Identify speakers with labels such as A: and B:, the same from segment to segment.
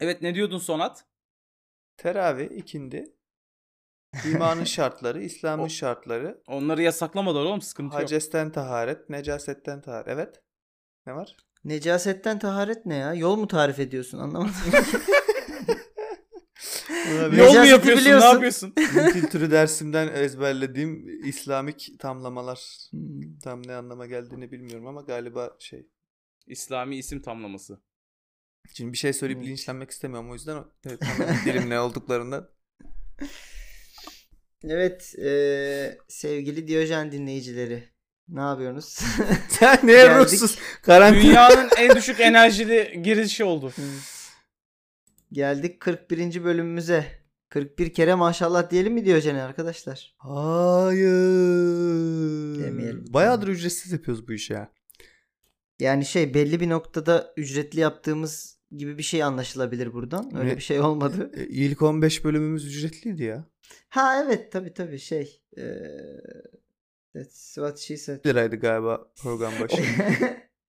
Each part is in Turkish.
A: Evet ne diyordun Sonat?
B: Teravih, ikindi, imanın şartları, İslam'ın
A: O-
B: şartları,
A: Onları yasaklamadılar oğlum sıkıntı yok.
B: hacesten taharet, necasetten taharet. Evet. Ne var?
C: Necasetten taharet ne ya? Yol mu tarif ediyorsun anlamadım.
B: Buna bir
A: Yol mu
C: Necaseti
A: yapıyorsun ne
C: biliyorsun.
A: yapıyorsun?
B: din kültürü dersimden ezberlediğim İslamik tamlamalar.
C: Hmm.
B: Tam ne anlama geldiğini bilmiyorum ama galiba şey.
A: İslami isim tamlaması.
B: Şimdi bir şey söyleyip
C: Evet.
B: linçlenmek istemiyorum o yüzden evet, tam dilim ne olduklarından.
C: Evet e, sevgili Diyojen dinleyicileri ne yapıyorsunuz?
B: Sen niye
C: Geldik.
B: ruhsuz? Karantina.
A: Dünyanın en düşük enerjili girişi oldu.
C: Hmm. Geldik 41. bölümümüze. 41 kere maşallah diyelim mi Diyojen'e arkadaşlar?
B: Hayır.
C: Demeyelim.
B: Bayağıdır ücretsiz yapıyoruz bu işi ya.
C: Yani şey belli bir noktada ücretli yaptığımız gibi bir şey anlaşılabilir buradan. Öyle
B: Ne?
C: bir şey olmadı.
B: E, İlk 15 bölümümüz ücretliydi ya.
C: Ha evet tabi tabi şey. E, that's what she said.
B: 1 liraydı galiba program başı.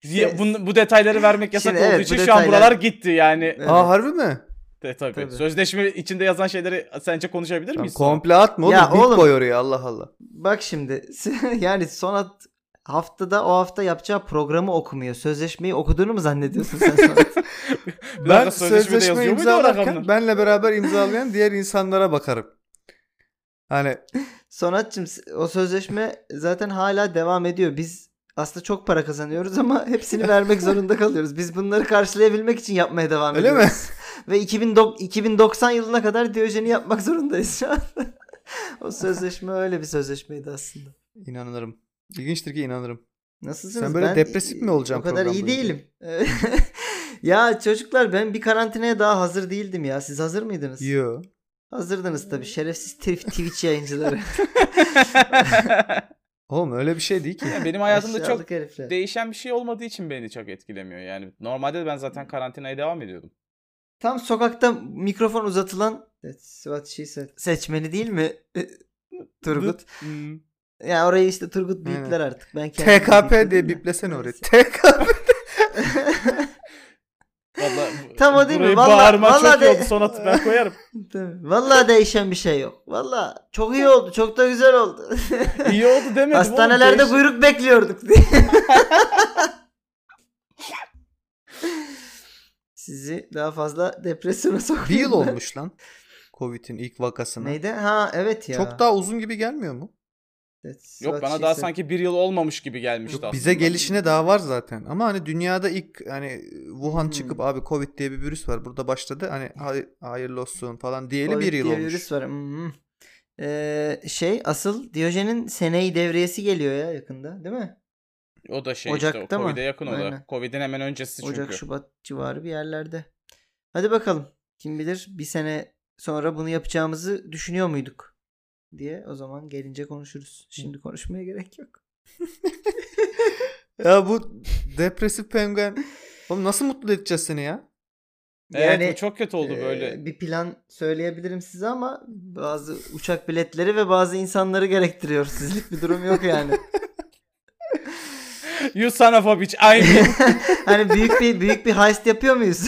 A: Diye- bun- bu detayları vermek yasak
C: Şey- Şimdi
A: olduğu
C: evet, bu
A: için şu an
C: detaylar-
A: buralar gitti yani.
C: Evet.
B: Aa harbi mi?
A: De, tabii.
C: Tabii.
A: Sözleşme içinde yazan şeyleri sence konuşabilir
B: Tamam,
A: miyiz?
B: komple atma oğlum.
C: Ya
B: Bit
C: oğlum.
B: koy oraya Allah Allah.
C: Bak şimdi yani Sonat haftada o hafta yapacağı programı okumuyor. Sözleşmeyi okuduğunu mu zannediyorsun sen Sonat?
A: Bir dakika,
B: Ben
A: sözleşmede
B: sözleşme
A: yazıyor muydu o
B: imzalarken
A: rakamlar?
B: benle beraber imzalayan diğer insanlara bakarım. Hani
C: Sonatçım o sözleşme zaten hala devam ediyor. Biz aslında çok para kazanıyoruz ama hepsini vermek zorunda kalıyoruz. Biz bunları karşılayabilmek için yapmaya devam
B: Öyle mi?
C: ediyoruz. Ve 2009 2090 yılına kadar Diyojen'i yapmak zorundayız şu an. o sözleşme öyle bir sözleşmeydi aslında.
B: inanırım. İlginçtir ki inanırım.
C: Nasılsınız?
B: Sen böyle
C: Ben,
B: depresif mi
C: e,
B: olacaksın
C: O kadar
B: program
C: iyi
B: boyunca?
C: değilim. ya çocuklar ben bir karantinaya daha hazır değildim ya. Siz hazır mıydınız?
B: Yo.
C: Hazırdınız tabii. Şerefsiz tri- Twitch yayıncıları.
B: Oğlum öyle bir şey değil ki.
A: Ya Benim hayatımda çok
C: Aşağılık herifler.
A: değişen bir şey olmadığı için beni çok etkilemiyor. Yani normalde de ben zaten karantinaya devam ediyordum.
C: Tam sokakta mikrofon uzatılan That's what she said. seçmeni değil mi? E, Turgut.
A: Hmm.
C: Ya orayı işte Turgut
B: Aynen.
C: büyükler artık. Ben kendim
B: TKP
C: büyükledim
B: diye
C: de.
B: biplesene oraya.
C: Neyse.
B: TKP.
A: Vallahi, bu-
C: Tam o değil mi?
A: burayı
C: Vallahi-
A: bağırman
C: vallahi
A: çok iyi
C: de-
A: oldu. Son atı ben koyarım.
C: Tabii. Vallahi değişen bir şey yok. Vallahi çok iyi oldu. Çok da güzel oldu.
A: İyi oldu demedim. oğlum,
C: Hastanelerde
A: değiş-
C: buyruk bekliyorduk Sizi daha fazla depresyona soktum.
B: Bir yıl
C: ben.
B: olmuş lan. Covid'in ilk vakasına.
C: Neydi? Ha evet ya.
B: Çok daha uzun gibi gelmiyor mu?
C: That's
A: Yok
C: what
A: bana
C: she
A: daha
C: said.
A: sanki bir yıl olmamış gibi gelmişti
B: Yok,
A: aslında.
B: bize gelişine daha var zaten. Ama hani dünyada ilk hani Wuhan
C: Hmm.
B: çıkıp abi Covid diye bir virüs var. Burada başladı. Hani hay- hayırlı olsun falan diyeli
C: Covid
B: bir yıl
C: diye
B: olmuş.
C: virüs var. Hmm. Ee, şey asıl Diyojen'in seneyi devriyesi geliyor ya yakında değil mi?
A: O da şey işte
C: Ocak'ta
A: o
C: mı?
A: Covid'e yakın o da.
C: Aynen.
A: Covid'in hemen öncesi çünkü.
C: Ocak Şubat civarı bir yerlerde. Hadi bakalım kim bilir bir sene sonra bunu yapacağımızı düşünüyor muyduk diye o zaman gelince konuşuruz. Şimdi konuşmaya gerek yok.
B: Ya bu depresif penguen. Oğlum nasıl mutlu edeceğiz seni ya?
A: Evet bu çok kötü oldu
C: Ee,
A: böyle.
C: Bir plan söyleyebilirim size ama bazı uçak biletleri ve bazı insanları gerektiriyor. Sizlik bir durum yok yani.
A: You son of a bitch I mean.
C: hani büyük bir büyük bir heist yapıyor muyuz?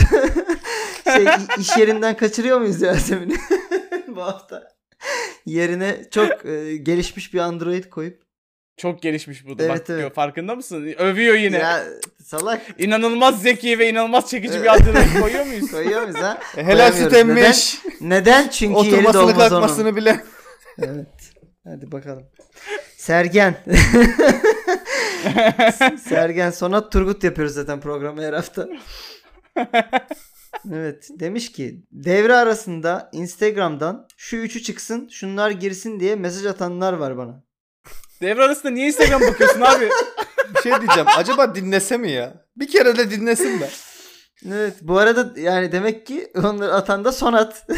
C: şey, i- iş yerinden kaçırıyor muyuz Yasemin'i bu hafta? Yerine çok e, gelişmiş bir android koyup
A: çok gelişmiş bu da.
C: Evet,
A: Bak diyor,
C: evet.
A: farkında mısın? Övüyor yine.
C: ya salak
A: İnanılmaz zeki ve inanılmaz çekici bir adını koyuyor muyuz?
C: koyuyor muyuz ha?
B: E, helal süt
C: Koyamıyoruz.
B: emmiş.
C: Neden? Çünkü yeri
B: Oturmasını
C: dolmaz onun.
B: kalkmasını bile.
C: Evet. Hadi bakalım. Sergen. Sergen Sonat Turgut yapıyoruz zaten programı her hafta. Evet demiş ki devre arasında Instagram'dan şu üçü çıksın şunlar girsin diye mesaj atanlar var bana.
A: Devre arasında niye Instagram bakıyorsun abi?
B: Bir şey diyeceğim. Acaba dinlese mi ya? Bir kere de dinlesin be.
C: Evet bu arada yani demek ki onları atan da Sonat.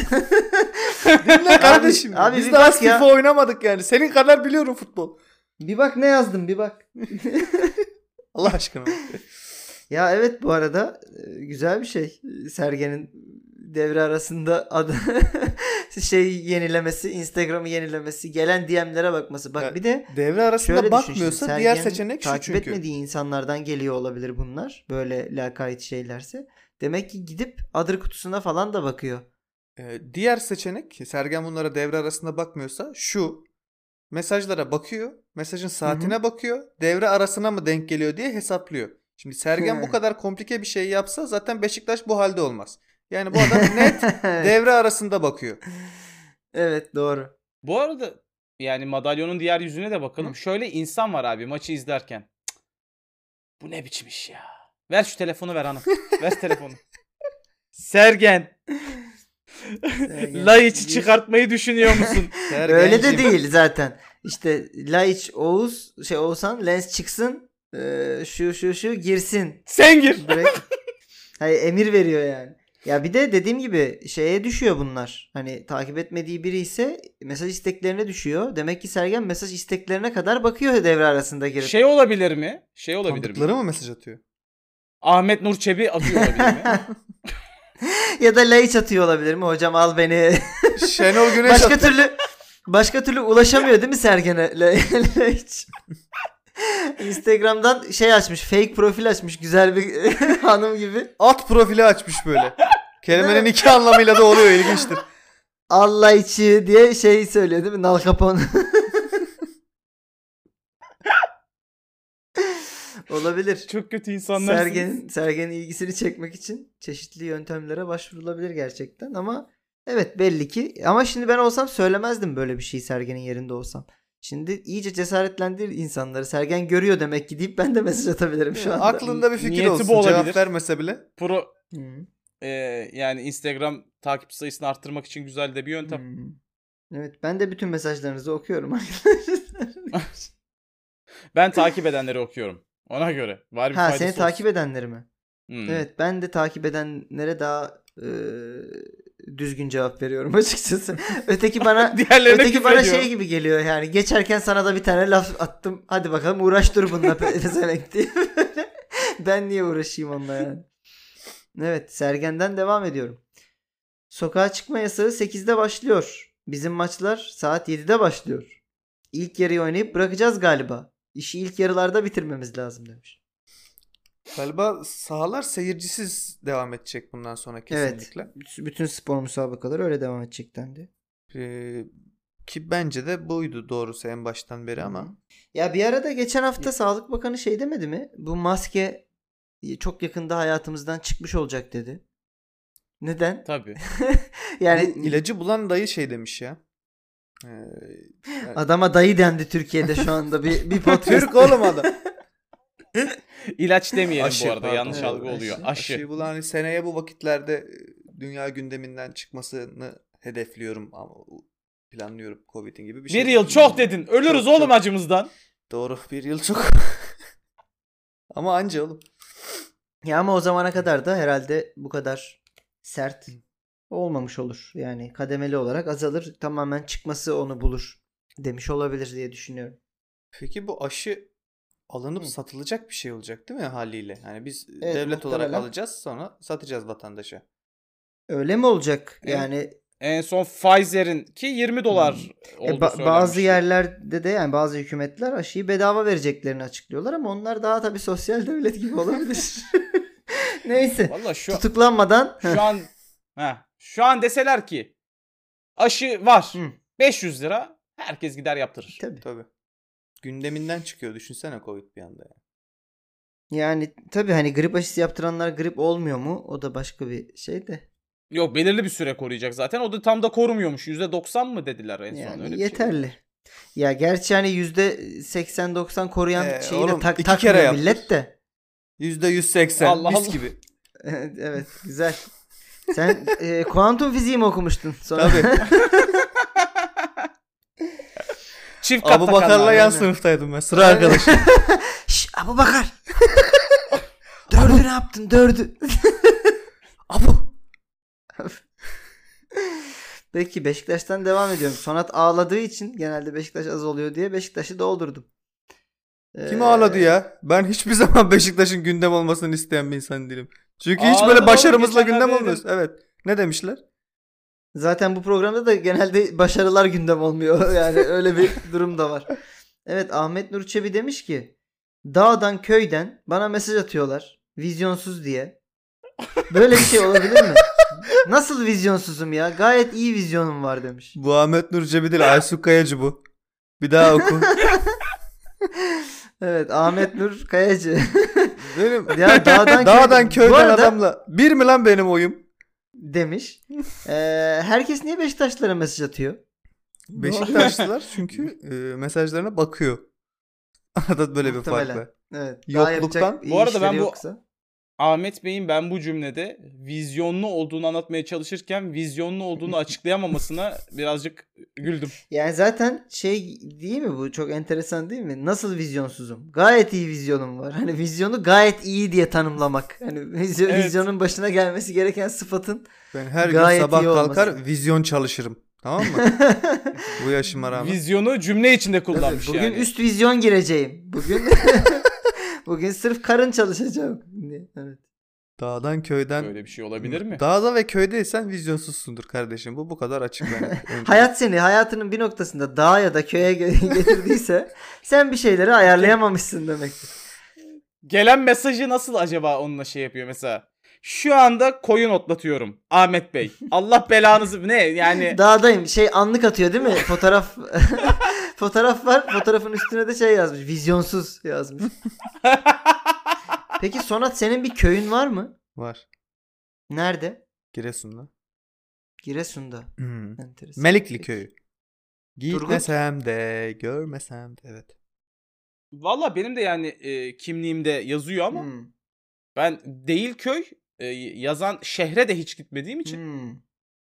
B: Dinle kardeşim.
C: abi
B: Biz
C: bir
B: daha
C: bak
B: FIFA
C: ya.
B: oynamadık yani. Senin kadar biliyorum futbol.
C: bir bak ne yazdım bir bak.
B: Allah aşkına.
C: Ya evet bu arada e, güzel bir şey. Sergen'in devre arasında adı şey yenilemesi, Instagram'ı yenilemesi, gelen DM'lere bakması. Bak
B: Evet.
C: bir de
B: Devre arasında
C: şöyle düşün
B: bakmıyorsa
C: şimdi.
B: diğer
C: Sergen'in
B: seçenek şu
C: takip
B: çünkü.
C: etmediği insanlardan geliyor olabilir bunlar. Böyle lakayt şeylerse. Demek ki gidip adır kutusuna falan da bakıyor.
B: Ee, diğer seçenek Sergen bunlara devre arasında bakmıyorsa şu. Mesajlara bakıyor. Mesajın saatine bakıyor. Devre arasına mı denk geliyor diye hesaplıyor. Şimdi Sergen bu
C: He.
B: kadar komplike bir şey yapsa zaten Beşiktaş bu halde olmaz. Yani bu adam net devre arasında bakıyor.
C: evet doğru.
A: Bu arada yani madalyonun diğer yüzüne de bakalım.
B: Hı.
A: Şöyle insan var abi maçı izlerken. Cık, Bu ne biçim iş ya? Ver şu telefonu ver hanım. ver telefonu. Sergen,
C: Sergen.
A: Laiç'i çıkartmayı düşünüyor musun?
C: Öyle de
B: Sergenciğim,
C: değil zaten. İşte Laiç Oğuz şey Oğuzhan Lens çıksın e, şu şu şu girsin.
A: Sen gir.
C: Direkt. Hayır, emir veriyor yani. Ya bir de dediğim gibi şeye düşüyor bunlar. Hani takip etmediği biri ise mesaj isteklerine düşüyor. Demek ki Sergen mesaj isteklerine kadar bakıyor devre arasında girip.
A: Şey olabilir mi? Şey olabilir mi?
B: Tanıdıkları mı mesaj atıyor?
A: Ahmet Nur Çebi atıyor olabilir mi?
C: ya da Laiç atıyor olabilir mi? Hocam al beni.
B: Şenol Güneş
C: başka
B: atıyor.
C: türlü başka türlü ulaşamıyor değil mi Sergen'e? Le- Laiç. Instagram'dan şey açmış, fake profil açmış güzel bir hanım gibi.
B: At profili açmış böyle. Kelimenin
C: Değil mi?
B: iki anlamıyla da oluyor ilginçtir.
C: Allah içi diye şey söylüyor değil mi? Nal Capone. Olabilir.
A: Çok kötü insanlar.
C: Sergen'in Sergen'in ilgisini çekmek için çeşitli yöntemlere başvurulabilir gerçekten ama evet belli ki ama şimdi ben olsam söylemezdim böyle bir şeyi Sergen'in yerinde olsam. Şimdi iyice cesaretlendir insanları. Sergen görüyor demek ki deyip ben de mesaj atabilirim şu anda.
B: Aklında bir fikir
A: Niyeti bu
B: olsun.
A: olabilir.
B: Cevap vermese bile.
A: Pro,
C: Hı.
A: e, yani Instagram takip sayısını arttırmak için güzel de bir yöntem.
C: Hı. Evet ben de bütün mesajlarınızı okuyorum.
A: Ben takip edenleri okuyorum. Ona göre. Var bir
C: ha
A: faydası
C: seni
A: olsun.
C: takip edenleri mi?
A: Hmm.
C: Evet ben de takip edenlere daha e, düzgün cevap veriyorum açıkçası. Öteki bana
A: Diğerlerine
C: öteki
A: küfür
C: bana
A: ediyorum.
C: şey gibi geliyor yani geçerken sana da bir tane laf attım. Hadi bakalım uğraş dur bununla pe- pezevenk diye. ben niye uğraşayım onunla yani. Evet Sergen'den devam ediyorum. Sokağa çıkma yasağı 8'de başlıyor. Bizim maçlar saat 7'de başlıyor. İlk yarıyı oynayıp bırakacağız galiba. İşi ilk yarılarda bitirmemiz lazım demiş.
B: Galiba sahalar seyircisiz devam edecek bundan sonra kesinlikle.
C: Bütün- bütün spor müsabakaları öyle devam edecek dendi.
B: Ee, ki bence de buydu doğrusu en baştan beri ama.
C: Ya bir arada geçen hafta Sağlık Bakanı şey demedi mi? Bu maske çok yakında hayatımızdan çıkmış olacak dedi. Neden?
A: Tabii.
C: Yani
B: Bu ilacı bulan dayı şey demiş ya. Ee,
C: adama dayı dendi Türkiye'de şu anda bir bir podcast.
B: Türk oğlum adam.
A: İlaç demeyelim bu
B: Aşı,
A: arada.
B: pardon.
A: Yanlış
C: Evet,
A: algı oluyor.
C: aşı.
A: Aşı.
B: Şey bulan hani seneye bu vakitlerde e, dünya gündeminden çıkmasını hedefliyorum ama planlıyorum Covid'in gibi bir şey.
A: Bir yıl çok dedin. Ölürüz
B: Çok,
A: oğlum
B: çok.
A: acımızdan.
B: Doğru bir yıl çok. ama anca oğlum.
C: Ya ama o zamana kadar da herhalde bu kadar sert olmamış olur. Yani kademeli olarak azalır. Tamamen çıkması onu bulur demiş olabilir diye düşünüyorum.
B: Peki bu aşı alınıp
A: Hı.
B: satılacak bir şey olacak değil mi haliyle? Yani biz
C: Evet,
B: devlet olarak
C: muhtemelen.
B: alacağız sonra satacağız vatandaşa.
C: Öyle mi olacak?
A: Evet.
C: Yani
A: En son Pfizer'in ki 20 dolar
C: E,
A: olduğu
C: ba- bazı
A: söylenmişti.
C: yerlerde de yani bazı hükümetler aşıyı bedava vereceklerini açıklıyorlar ama onlar daha tabii sosyal devlet gibi olabilir. Neyse.
A: Valla şu,
C: Tutuklanmadan
A: şu an ha, şu an deseler ki aşı var.
C: Hı.
A: 500 lira herkes gider yaptırır.
C: tabii.
B: Tabii. Gündeminden çıkıyor düşünsene Covid bir anda. Yani.
C: Yani tabii hani grip aşısı yaptıranlar grip olmuyor mu? O da başka bir şey de.
A: Yok belirli bir süre koruyacak zaten. O da tam da korumuyormuş. %90 mı dediler en son
C: yani
A: öyle bir şey.
C: yeterli. Ya gerçi hani yüzde 80-90 koruyan
B: Ee,
C: şeyi
B: oğlum,
C: de tak,
B: iki
C: takmıyor
B: kere yaptır.
C: millet de.
B: %180
A: Allah
B: mis
A: Allah.
B: gibi.
C: evet güzel. Sen e, kuantum fiziği mi okumuştun? Sonra
B: Tabii.
A: Çift kat
B: Abu Bakar'la
A: takanlar.
B: yan
C: aynen.
B: sınıftaydım ben. Sıra arkadaşım.
C: Şş Abu Bakar. dördü ne yaptın dördü.
B: Abu.
C: Peki Beşiktaş'tan devam ediyorum. Sonat ağladığı için genelde Beşiktaş az oluyor diye Beşiktaş'ı doldurdum.
B: Kim
C: Ee,
B: ağladı ya? Ben hiçbir zaman Beşiktaş'ın gündem olmasını isteyen bir insan değilim. Çünkü hiç
A: Ağladın oğlum,
B: böyle başarımızla
A: geçenlerde
B: gündem
A: dedin.
B: olmuyoruz. Evet. Ne demişler?
C: Zaten bu programda da genelde başarılar gündem olmuyor. Yani öyle bir durum da var. Evet Ahmet Nur Çebi demiş ki dağdan köyden bana mesaj atıyorlar. Vizyonsuz diye. Böyle bir şey olabilir mi? Nasıl vizyonsuzum ya? Gayet iyi vizyonum var demiş.
B: Bu Ahmet Nur Cebi değil Aysu Kayacı bu. Bir daha oku.
C: Evet Ahmet Nur Kayacı.
B: Benim
C: ya dağdan,
B: dağdan
C: Bu
B: köyden
C: arada
B: adamla. Bir mi lan benim oyum?
C: demiş. Ee, herkes niye Beşiktaşlara mesaj atıyor?
B: Beşiktaşlılar çünkü e, mesajlarına bakıyor. Arada böyle bir fark
C: Muhtemelen.
B: var.
C: Evet.
B: Yokluktan.
C: iyi
A: Bu arada
C: işleri
A: ben bu-
C: yoksa.
A: Ahmet Bey'in ben bu cümlede vizyonlu olduğunu anlatmaya çalışırken vizyonlu olduğunu açıklayamamasına birazcık güldüm.
C: Yani zaten şey değil mi bu? Çok enteresan değil mi? Nasıl vizyonsuzum? Gayet iyi vizyonum var. Hani vizyonu gayet iyi diye tanımlamak. Hani vizyon-
A: Evet.
C: vizyonun başına gelmesi gereken sıfatın
B: Ben her
C: Gayet
B: gün sabah
C: iyi
B: kalkar
C: olması.
B: vizyon çalışırım. Tamam mı? Bu yaşıma rağmen.
A: Vizyonu cümle içinde kullanmış
C: Bugün
A: yani.
C: üst vizyon gireceğim. Bugün bugün sırf karın çalışacağım. Evet.
B: Dağdan köyden.
A: Böyle bir şey olabilir mi?
B: Dağda ve köydeysen vizyonsuzsundur kardeşim. Bu bu kadar açık. yani. Önce-
C: Hayat seni hayatının bir noktasında dağa ya da köye ge- getirdiyse sen bir şeyleri ayarlayamamışsın demektir.
A: Gelen mesajı nasıl acaba onunla şey yapıyor mesela? Şu anda koyun otlatıyorum Ahmet Bey. Allah belanızı ne yani
C: Dağdayım. Şey anlık atıyor değil mi? Fotoğraf fotoğraf var. Fotoğrafın üstüne de şey yazmış. Vizyonsuz yazmış. Peki Sonat senin bir köyün var mı?
B: Var.
C: Nerede?
B: Giresun'da.
C: Giresun'da.
B: Hmm.
C: Enteresan.
B: Melikli
C: Peki.
B: köyü. Gitmesem de görmesem de evet.
A: Valla benim de yani e, kimliğimde yazıyor ama
C: Hmm,
A: ben değil köy e, yazan şehre de hiç gitmediğim için
C: hmm.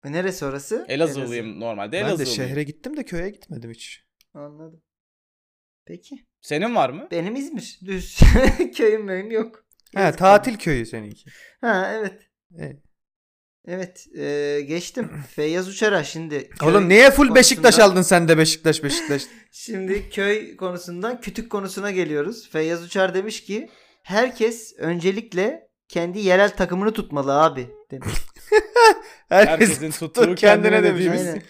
C: E, Neresi orası?
A: Elazığlıyım normalde
B: ben de
A: Elazığlıyım.
B: şehre gittim de köye gitmedim hiç.
C: Anladım. Peki.
A: Senin var mı?
C: Benim İzmir. Düz. Köyüm benim yok.
B: Ha
C: Yazık
B: tatil köyü seninki.
C: bana. Ha evet.
B: Evet.
C: Evet. e, geçtim. Feyyaz Uçara şimdi. köy-
B: Oğlum niye full Beşiktaş
C: konusunda-
B: aldın sen de Beşiktaş Beşiktaş?
C: Şimdi köy konusundan kütük konusuna geliyoruz. Feyyaz Uçar demiş ki herkes öncelikle kendi yerel takımını tutmalı abi demiş.
B: Herkes
A: Herkesin tuttuğu
B: tuttu kendine demiş.
C: Aynen.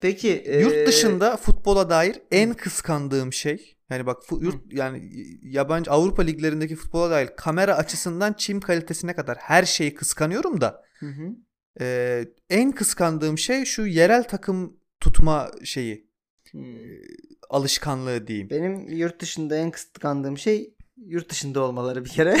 C: Peki e,
B: Yurt dışında futbola dair en kıskandığım şey yani bak fu- yurt yani yabancı Avrupa liglerindeki futbola dair kamera açısından çim kalitesine kadar her şeyi kıskanıyorum da
C: Hı hı.
B: e, en kıskandığım şey şu yerel takım tutma şeyi
C: Hmm.
B: alışkanlığı diyeyim.
C: Benim yurt dışında en kıskandığım şey yurt dışında olmaları bir kere.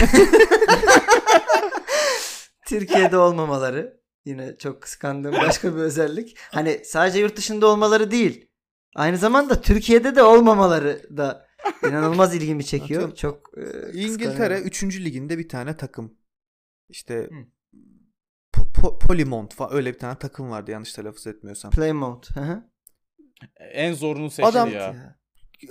C: Türkiye'de olmamaları. Yine çok kıskandığım başka bir özellik. Hani sadece yurt dışında olmaları değil. Aynı zamanda Türkiye'de de olmamaları da inanılmaz ilgimi çekiyor.
B: Atıyorum.
C: Çok e,
B: İngiltere
C: kıskanıyorum.
B: 3. liginde bir tane takım. İşte
C: Hı.
B: Po- Po- Polymont falan öyle bir tane takım vardı yanlış telaffuz etmiyorsam.
C: Play mode. Hı hı.
A: En zorunu seçti
B: Adam-
A: ya.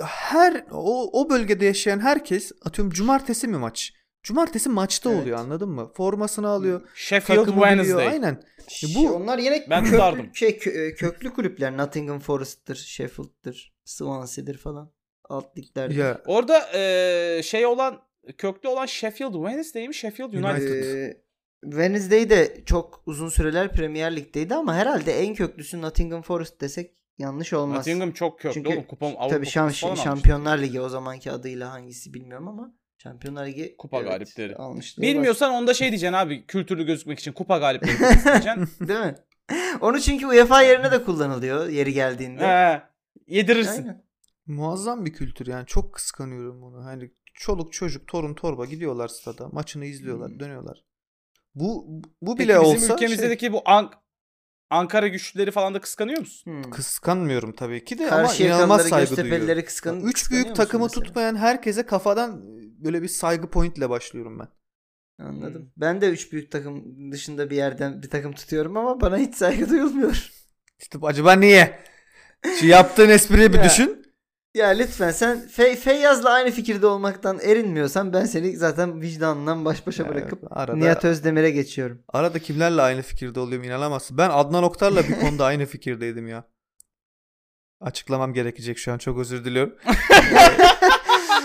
B: Her o, o bölgede yaşayan herkes atıyorum cumartesi mi maç? Cumartesi maçta
C: Evet.
B: oluyor anladın mı? Formasını alıyor.
A: Sheffield
B: Takımı biliyor,
A: Wednesday.
B: aynen.
C: Şş,
B: bu-
C: onlar yine
A: Ben
C: köklü,
A: tutardım.
C: şey kö- e, köklü kulüpler. Nottingham Forest'tır, Sheffield'tır, Swansea'dir falan. Alt liglerdir.
B: Ya
A: Orada e, şey olan köklü olan Sheffield Wednesday mi Sheffield United?
B: United.
C: Ee, Wednesday de çok uzun süreler Premier Lig'deydi ama herhalde en köklüsü Nottingham Forest desek yanlış olmaz.
A: Nottingham çok köklü
C: Çünkü
A: oğlum. Kupam Avrupa
C: Tabii şam-
A: Kupası falan almış.
C: Şampiyonlar Ligi o zamanki adıyla hangisi bilmiyorum ama Şampiyonlar Ligi
A: Kupa galipleri.
C: almışlığı var.
A: Bilmiyorsan onda şey diyeceksin abi. Kültürlü gözükmek için kupa galipleri diyeceksin.
C: Değil mi? Onu çünkü UEFA yerine de kullanılıyor yeri geldiğinde.
A: He, yedirirsin.
C: Aynen.
B: muazzam bir kültür yani çok kıskanıyorum bunu. Hani çoluk çocuk torun torba gidiyorlar stada maçını izliyorlar
C: Hmm.
B: dönüyorlar. Bu bu
A: Peki
B: bile
A: bizim
B: olsa şey-
A: ülkemizdeki bu Ank- Ankara güçlüleri falan da kıskanıyor musun?
C: Hmm.
B: kıskanmıyorum tabii ki de ama
C: Karşı
B: inanılmaz
C: yakalıları,
B: saygı duyuyorum.
C: Göztepe'lileri kıskan,
B: Üç büyük takımı tutmayan herkese kafadan e, böyle bir saygı pointle başlıyorum ben.
C: Anladım.
A: Hmm.
C: Ben de üç büyük takım dışında bir yerden bir takım tutuyorum ama bana hiç saygı duyulmuyor.
B: İşte acaba niye? Şu yaptığın espriyi bir
C: Ya.
B: düşün.
C: Ya lütfen sen Fe- Feyyaz'la aynı fikirde olmaktan erinmiyorsan ben seni zaten vicdanından baş başa
B: Ya,
C: bırakıp
B: arada,
C: Nihat Özdemir'e geçiyorum.
B: arada kimlerle aynı fikirde oluyorum inanamazsın. Ben Adnan Oktar'la bir konuda aynı fikirdeydim ya. Açıklamam gerekecek şu an çok özür diliyorum.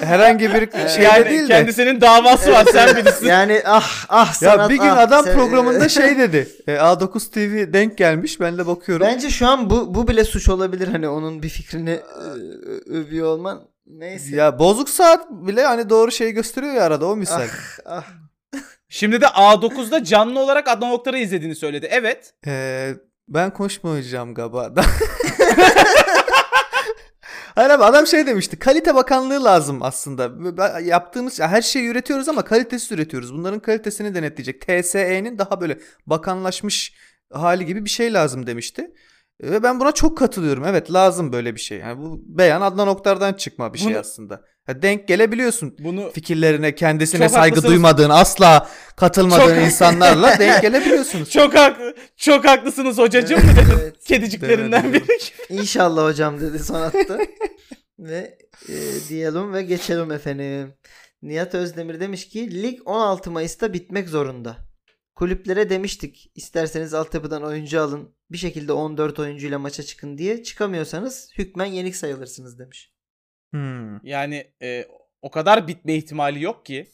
B: Ee, Herhangi bir şeyde
A: yani
B: Şey değil de.
A: kendisinin davası var sen bilirsin.
C: Yani ah ah
B: Ya
C: sanat.
B: bir gün
C: ah,
B: adam
C: sen-
B: programında şey dedi. E, A9 TV denk gelmiş ben de bakıyorum.
C: Bence şu an bu bu bile suç olabilir hani onun bir fikrini e, ö- övüyor olman. Neyse.
B: şey Ya bozuk saat bile hani doğru şeyi gösteriyor ya arada o misal.
C: Ah.
A: Şimdi de A9'da canlı olarak Adnan Oktar'ı izlediğini söyledi. Evet.
B: Ee, ben konuşmayacağım galiba. Hayır abi adam şey demişti. Kalite bakanlığı lazım aslında. Ben- Yaptığımız ya her şeyi üretiyoruz ama kalitesiz üretiyoruz. Bunların kalitesini denetleyecek. TSE'nin daha böyle bakanlaşmış hali gibi bir şey lazım demişti. Ve ben buna çok katılıyorum. Evet lazım böyle bir şey. Yani bu beyan Adnan Oktar'dan çıkma bir şey
A: Bunu-
B: aslında. Ya denk gelebiliyorsun
A: Bunu
B: fikirlerine, kendisine
A: Çok
B: saygı
A: haklısınız.
B: duymadığın, asla katılmadığın
A: Çok-
B: insanlarla denk gelebiliyorsunuz.
A: çok haklı, çok haklısınız hocacım mı dedi.
C: Evet.
A: Kediciklerinden
B: Demedim.
A: biri.
C: İnşallah hocam dedi son hatta. ve e, diyelim ve geçelim efendim. Nihat Özdemir demiş ki lig 16 Mayıs'ta bitmek zorunda. Kulüplere demiştik isterseniz altyapıdan oyuncu alın bir şekilde 14 oyuncuyla maça çıkın diye çıkamıyorsanız hükmen yenik sayılırsınız demiş.
B: Hmm.
A: Yani e, o kadar bitme ihtimali yok ki.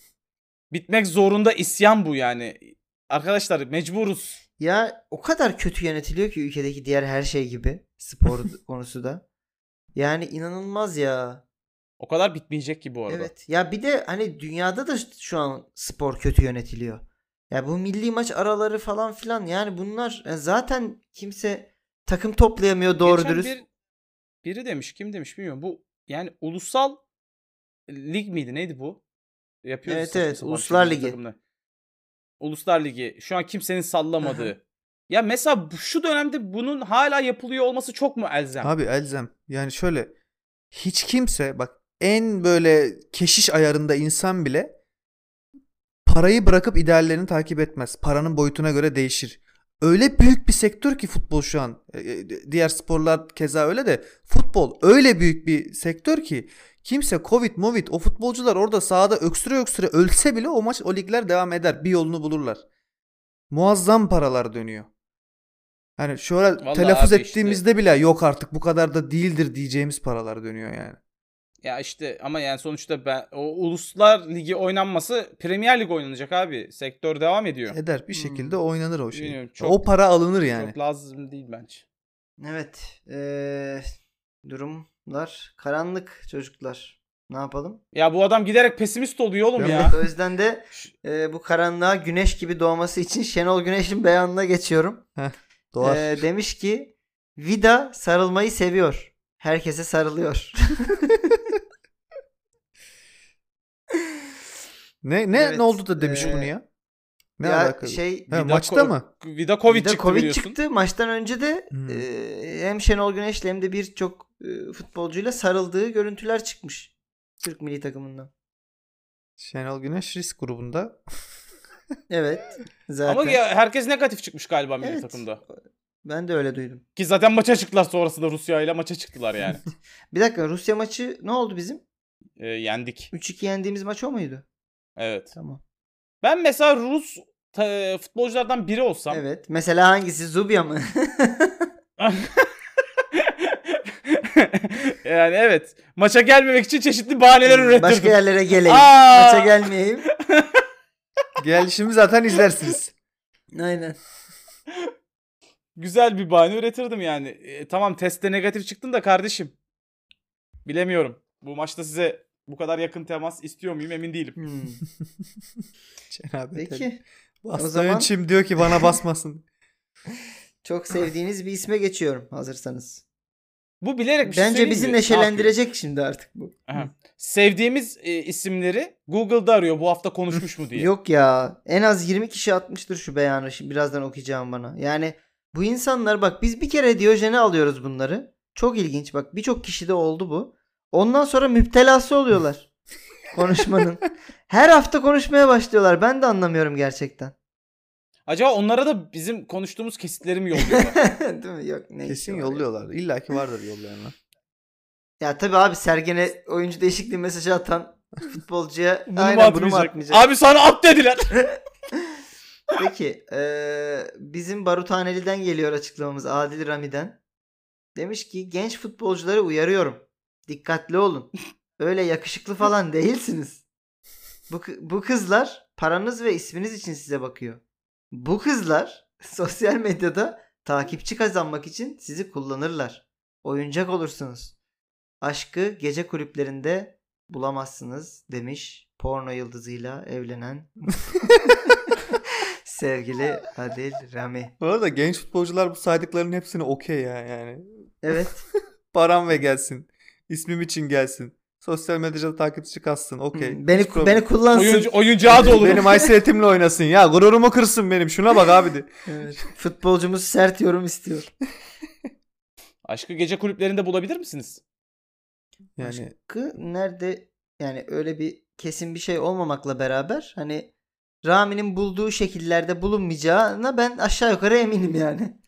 A: Bitmek zorunda isyan bu yani. Arkadaşlar mecburuz.
C: Ya o kadar kötü yönetiliyor ki ülkedeki diğer her şey gibi spor konusu da. Yani inanılmaz ya.
A: O kadar bitmeyecek ki bu arada.
C: Evet. Ya bir de hani dünyada da şu an spor kötü yönetiliyor. Ya bu milli maç araları falan filan yani bunlar e, zaten kimse takım toplayamıyor doğru
A: Geçen
C: dürüst.
A: bir- biri demiş kim demiş bilmiyorum. Bu yani ulusal lig miydi neydi bu? Yapıyoruz
C: Evet,
A: saçma
C: evet,
A: sapan
C: Uluslar
A: şeyleri
C: Ligi.
A: takımla. Uluslar Ligi. Şu an kimsenin sallamadığı. ya mesela bu- şu dönemde bunun hala yapılıyor olması çok mu elzem?
B: Abi Elzem yani şöyle hiç kimse bak en böyle keşiş ayarında insan bile parayı bırakıp ideallerini takip etmez. Paranın boyutuna göre değişir. Öyle büyük bir sektör ki futbol şu an. E, e, Diğer sporlar keza öyle de futbol öyle büyük bir sektör ki kimse Covid, Movid o futbolcular orada sahada öksüre öksüre ölse bile o maç o ligler devam eder. Bir yolunu bulurlar. Muazzam paralar dönüyor. Yani şu ara
A: Vallahi
B: telaffuz
A: abi işte-
B: ettiğimizde bile yok artık bu kadar da değildir diyeceğimiz paralar dönüyor yani.
A: Ya işte ama yani sonuçta ben o Uluslar Ligi oynanması Premier Lig oynanacak abi. Sektör devam ediyor.
B: Eder bir şekilde oynanır o şey.
A: Hmm. Bilmiyorum, çok-
B: o para alınır yani.
A: Çok lazım değil bence.
C: Evet. eee, durumlar karanlık çocuklar. Ne yapalım?
A: Ya bu adam giderek pesimist oluyor oğlum
B: Ben-
A: ya.
C: O yüzden de eee, bu karanlığa güneş gibi doğması için Şenol Güneş'in beyanına
A: E,
C: geçiyorum.
B: Doğar.
A: Ee,
C: Eee, demiş ki Vida sarılmayı seviyor. Herkese sarılıyor.
B: ne ne
C: evet,
B: ne oldu da demiş
C: e,
A: ee,
B: bunu ya? Ne
C: ya
B: alakalı?
C: şey
B: Ha,
A: Vida
B: maçta
A: Ko-
B: mı?
A: Vida Covid
C: Bir de
A: çıktı
C: Covid
A: biliyorsun.
C: çıktı. Maçtan önce de
B: Hmm.
C: e, hem Şenol Güneş'le hem de birçok e, futbolcuyla sarıldığı görüntüler çıkmış. Türk milli takımından.
B: Şenol Güneş risk grubunda.
C: Evet. Zaten.
A: Ama ya herkes negatif çıkmış galiba milli
C: Evet.
A: takımda.
C: Ben de öyle duydum.
A: Ki zaten maça çıktılar sonrasında Rusya ile maça çıktılar yani.
C: Bir dakika Rusya maçı ne oldu bizim?
A: Ee, yendik.
C: 3-2 yendiğimiz maç o muydu?
A: Evet.
C: Tamam.
A: Ben mesela Rus ta- futbolculardan biri olsam
C: Evet. Mesela hangisi? Zubia mı?
A: yani evet. Maça gelmemek için çeşitli bahaneler ürettirdim.
C: Başka yerlere geleyim.
A: Aa!
C: Maça gelmeyeyim.
B: Gelişimi zaten izlersiniz.
C: Aynen.
A: Güzel bir bahane üretirdim yani. E, tamam testte negatif çıktın da kardeşim. Bilemiyorum. Bu maçta size bu kadar yakın temas istiyor muyum emin değilim.
C: Hmm.
B: Cenab-ı Hak.
C: Peki.
B: Bastı
C: O zaman-
B: Önçim diyor ki bana basmasın.
C: Çok sevdiğiniz bir isme geçiyorum hazırsanız.
A: Bu bilerek bir şey
C: Bence
A: söyleyeyim
C: bizi
A: mi? Ne yapıyor?
C: neşelendirecek şimdi artık bu.
A: Sevdiğimiz e, isimleri Google'da arıyor bu hafta konuşmuş mu diye.
C: Yok ya. En az 20 kişi atmıştır şu beyanı. Şimdi birazdan okuyacağım bana. Yani bu insanlar bak biz bir kere Diyojen'e alıyoruz bunları. Çok ilginç bak birçok kişide oldu bu. Ondan sonra müptelası oluyorlar. konuşmanın. Her hafta konuşmaya başlıyorlar. Ben de anlamıyorum gerçekten.
A: Acaba onlara da bizim konuştuğumuz kesitleri mi yolluyorlar?
C: Değil mi? Yok neyse.
B: Kesin
C: var ya.
B: yolluyorlar. İlla ki vardır yollayanlar.
C: Ya tabii abi Sergen'e oyuncu değişikliği mesajı atan futbolcuya
A: Bunu mu
C: aynen bunu mu
A: atmayacak?
C: atmayacak?
A: Abi sana at dediler.
C: Peki eee, bizim Baruthaneli'den geliyor açıklamamız Adil Rami'den. Demiş ki genç futbolcuları uyarıyorum. Dikkatli olun. Öyle yakışıklı falan değilsiniz. Bu, kı- bu kızlar paranız ve isminiz için size bakıyor. Bu kızlar sosyal medyada takipçi kazanmak için sizi kullanırlar. Oyuncak olursunuz. Aşkı gece kulüplerinde bulamazsınız demiş porno yıldızıyla evlenen Sevgili Adil Rami.
B: Bu arada genç futbolcular bu saydıklarının hepsini okey ya yani.
C: Evet.
B: Param ve gelsin. İsmim için gelsin. Sosyal medyada takipçi katsın. Okey.
C: Hmm, Beni
B: Hiç problem-
C: beni kullansın.
A: Oyuncu, oyuncağı da olurum.
B: Benim haysiyetimle oynasın ya. Gururumu kırsın benim. Şuna bak abi de.
C: Evet. Futbolcumuz sert yorum istiyor.
A: Aşkı gece kulüplerinde bulabilir misiniz?
B: Yani
C: Aşkı nerede yani öyle bir kesin bir şey olmamakla beraber hani Rami'nin bulduğu şekillerde bulunmayacağına ben aşağı yukarı eminim yani.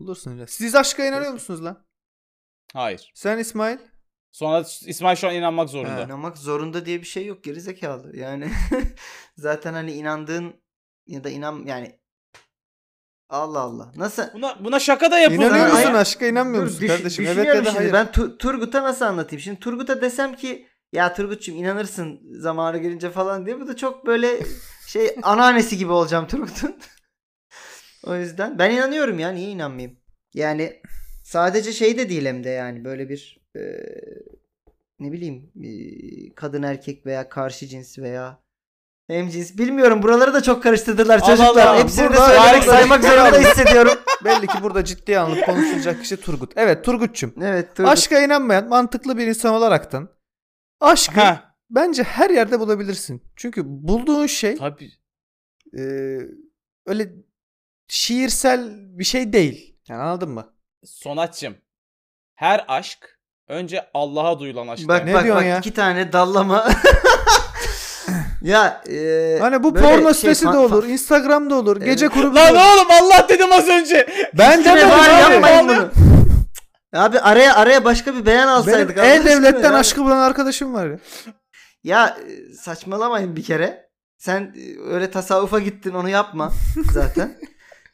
B: bulursun ya. Siz aşka inanıyor musunuz lan?
A: Hayır.
B: Sen İsmail?
A: Sonra İsmail şu an inanmak zorunda.
C: İnanmak zorunda diye bir şey yok gerizekalı. Yani zaten hani inandığın ya da inan yani Allah Allah. Nasıl
A: Buna, buna şaka da yapılır.
B: İnanıyor
C: Hayır.
B: musun aşka inanmıyor
C: Dur,
B: musun
C: düşün-
B: kardeşim? Evet
C: düşünüyorum
B: ya da
C: şimdi.
B: hayır.
C: Ben Tu- Turgut'a nasıl anlatayım? Şimdi Turgut'a desem ki ya Turgut'cum inanırsın zamanı gelince falan diye. Bu da çok böyle şey anneannesi gibi olacağım Turgut'un. o yüzden ben inanıyorum ya niye inanmayayım? Yani sadece şey de değil hem de yani böyle bir e, ne bileyim e, kadın erkek veya karşı cins veya hemcins bilmiyorum buraları da çok karıştırdılar
A: Allah
C: çocuklar.
A: Allah,
C: Hepsini de
B: burada
C: söylemek
A: harika-
C: saymak zorunda hissediyorum.
B: Belli ki burada ciddiye alınıp konuşulacak kişi Turgut. Evet Turgut'cum.
C: Evet Turgut.
B: Aşka inanmayan mantıklı bir insan olaraktan aşkı
A: Ha.
B: bence her yerde bulabilirsin. Çünkü bulduğun şey
A: Tabii.
B: e, öyle şiirsel bir şey değil. Yani anladın mı?
A: Sonatçım. Her aşk önce Allah'a duyulan aşktır.
C: Bak
B: Ne
C: bak
B: diyorsun
C: bak
B: ya?
C: iki tane dallama. ya e,
B: Hani bu
C: böyle
B: porno
C: şey,
B: sitesi
C: fan-
B: de olur,
C: fan-
B: Instagram'da olur, gece
C: Evet.
B: kulübü
A: Lan oğlum şey Allah dedim az önce.
B: Ben
C: Yine
B: demedim
C: var,
B: abi.
C: yapmayın bunu. Abi araya araya başka bir beyan alsaydık.
B: Benim
C: Allah aşkına
B: e-devletten
C: ya.
B: aşkı bulan arkadaşım var ya.
C: Ya e, saçmalamayın bir kere. Sen e, öyle tasavvufa gittin onu yapma zaten.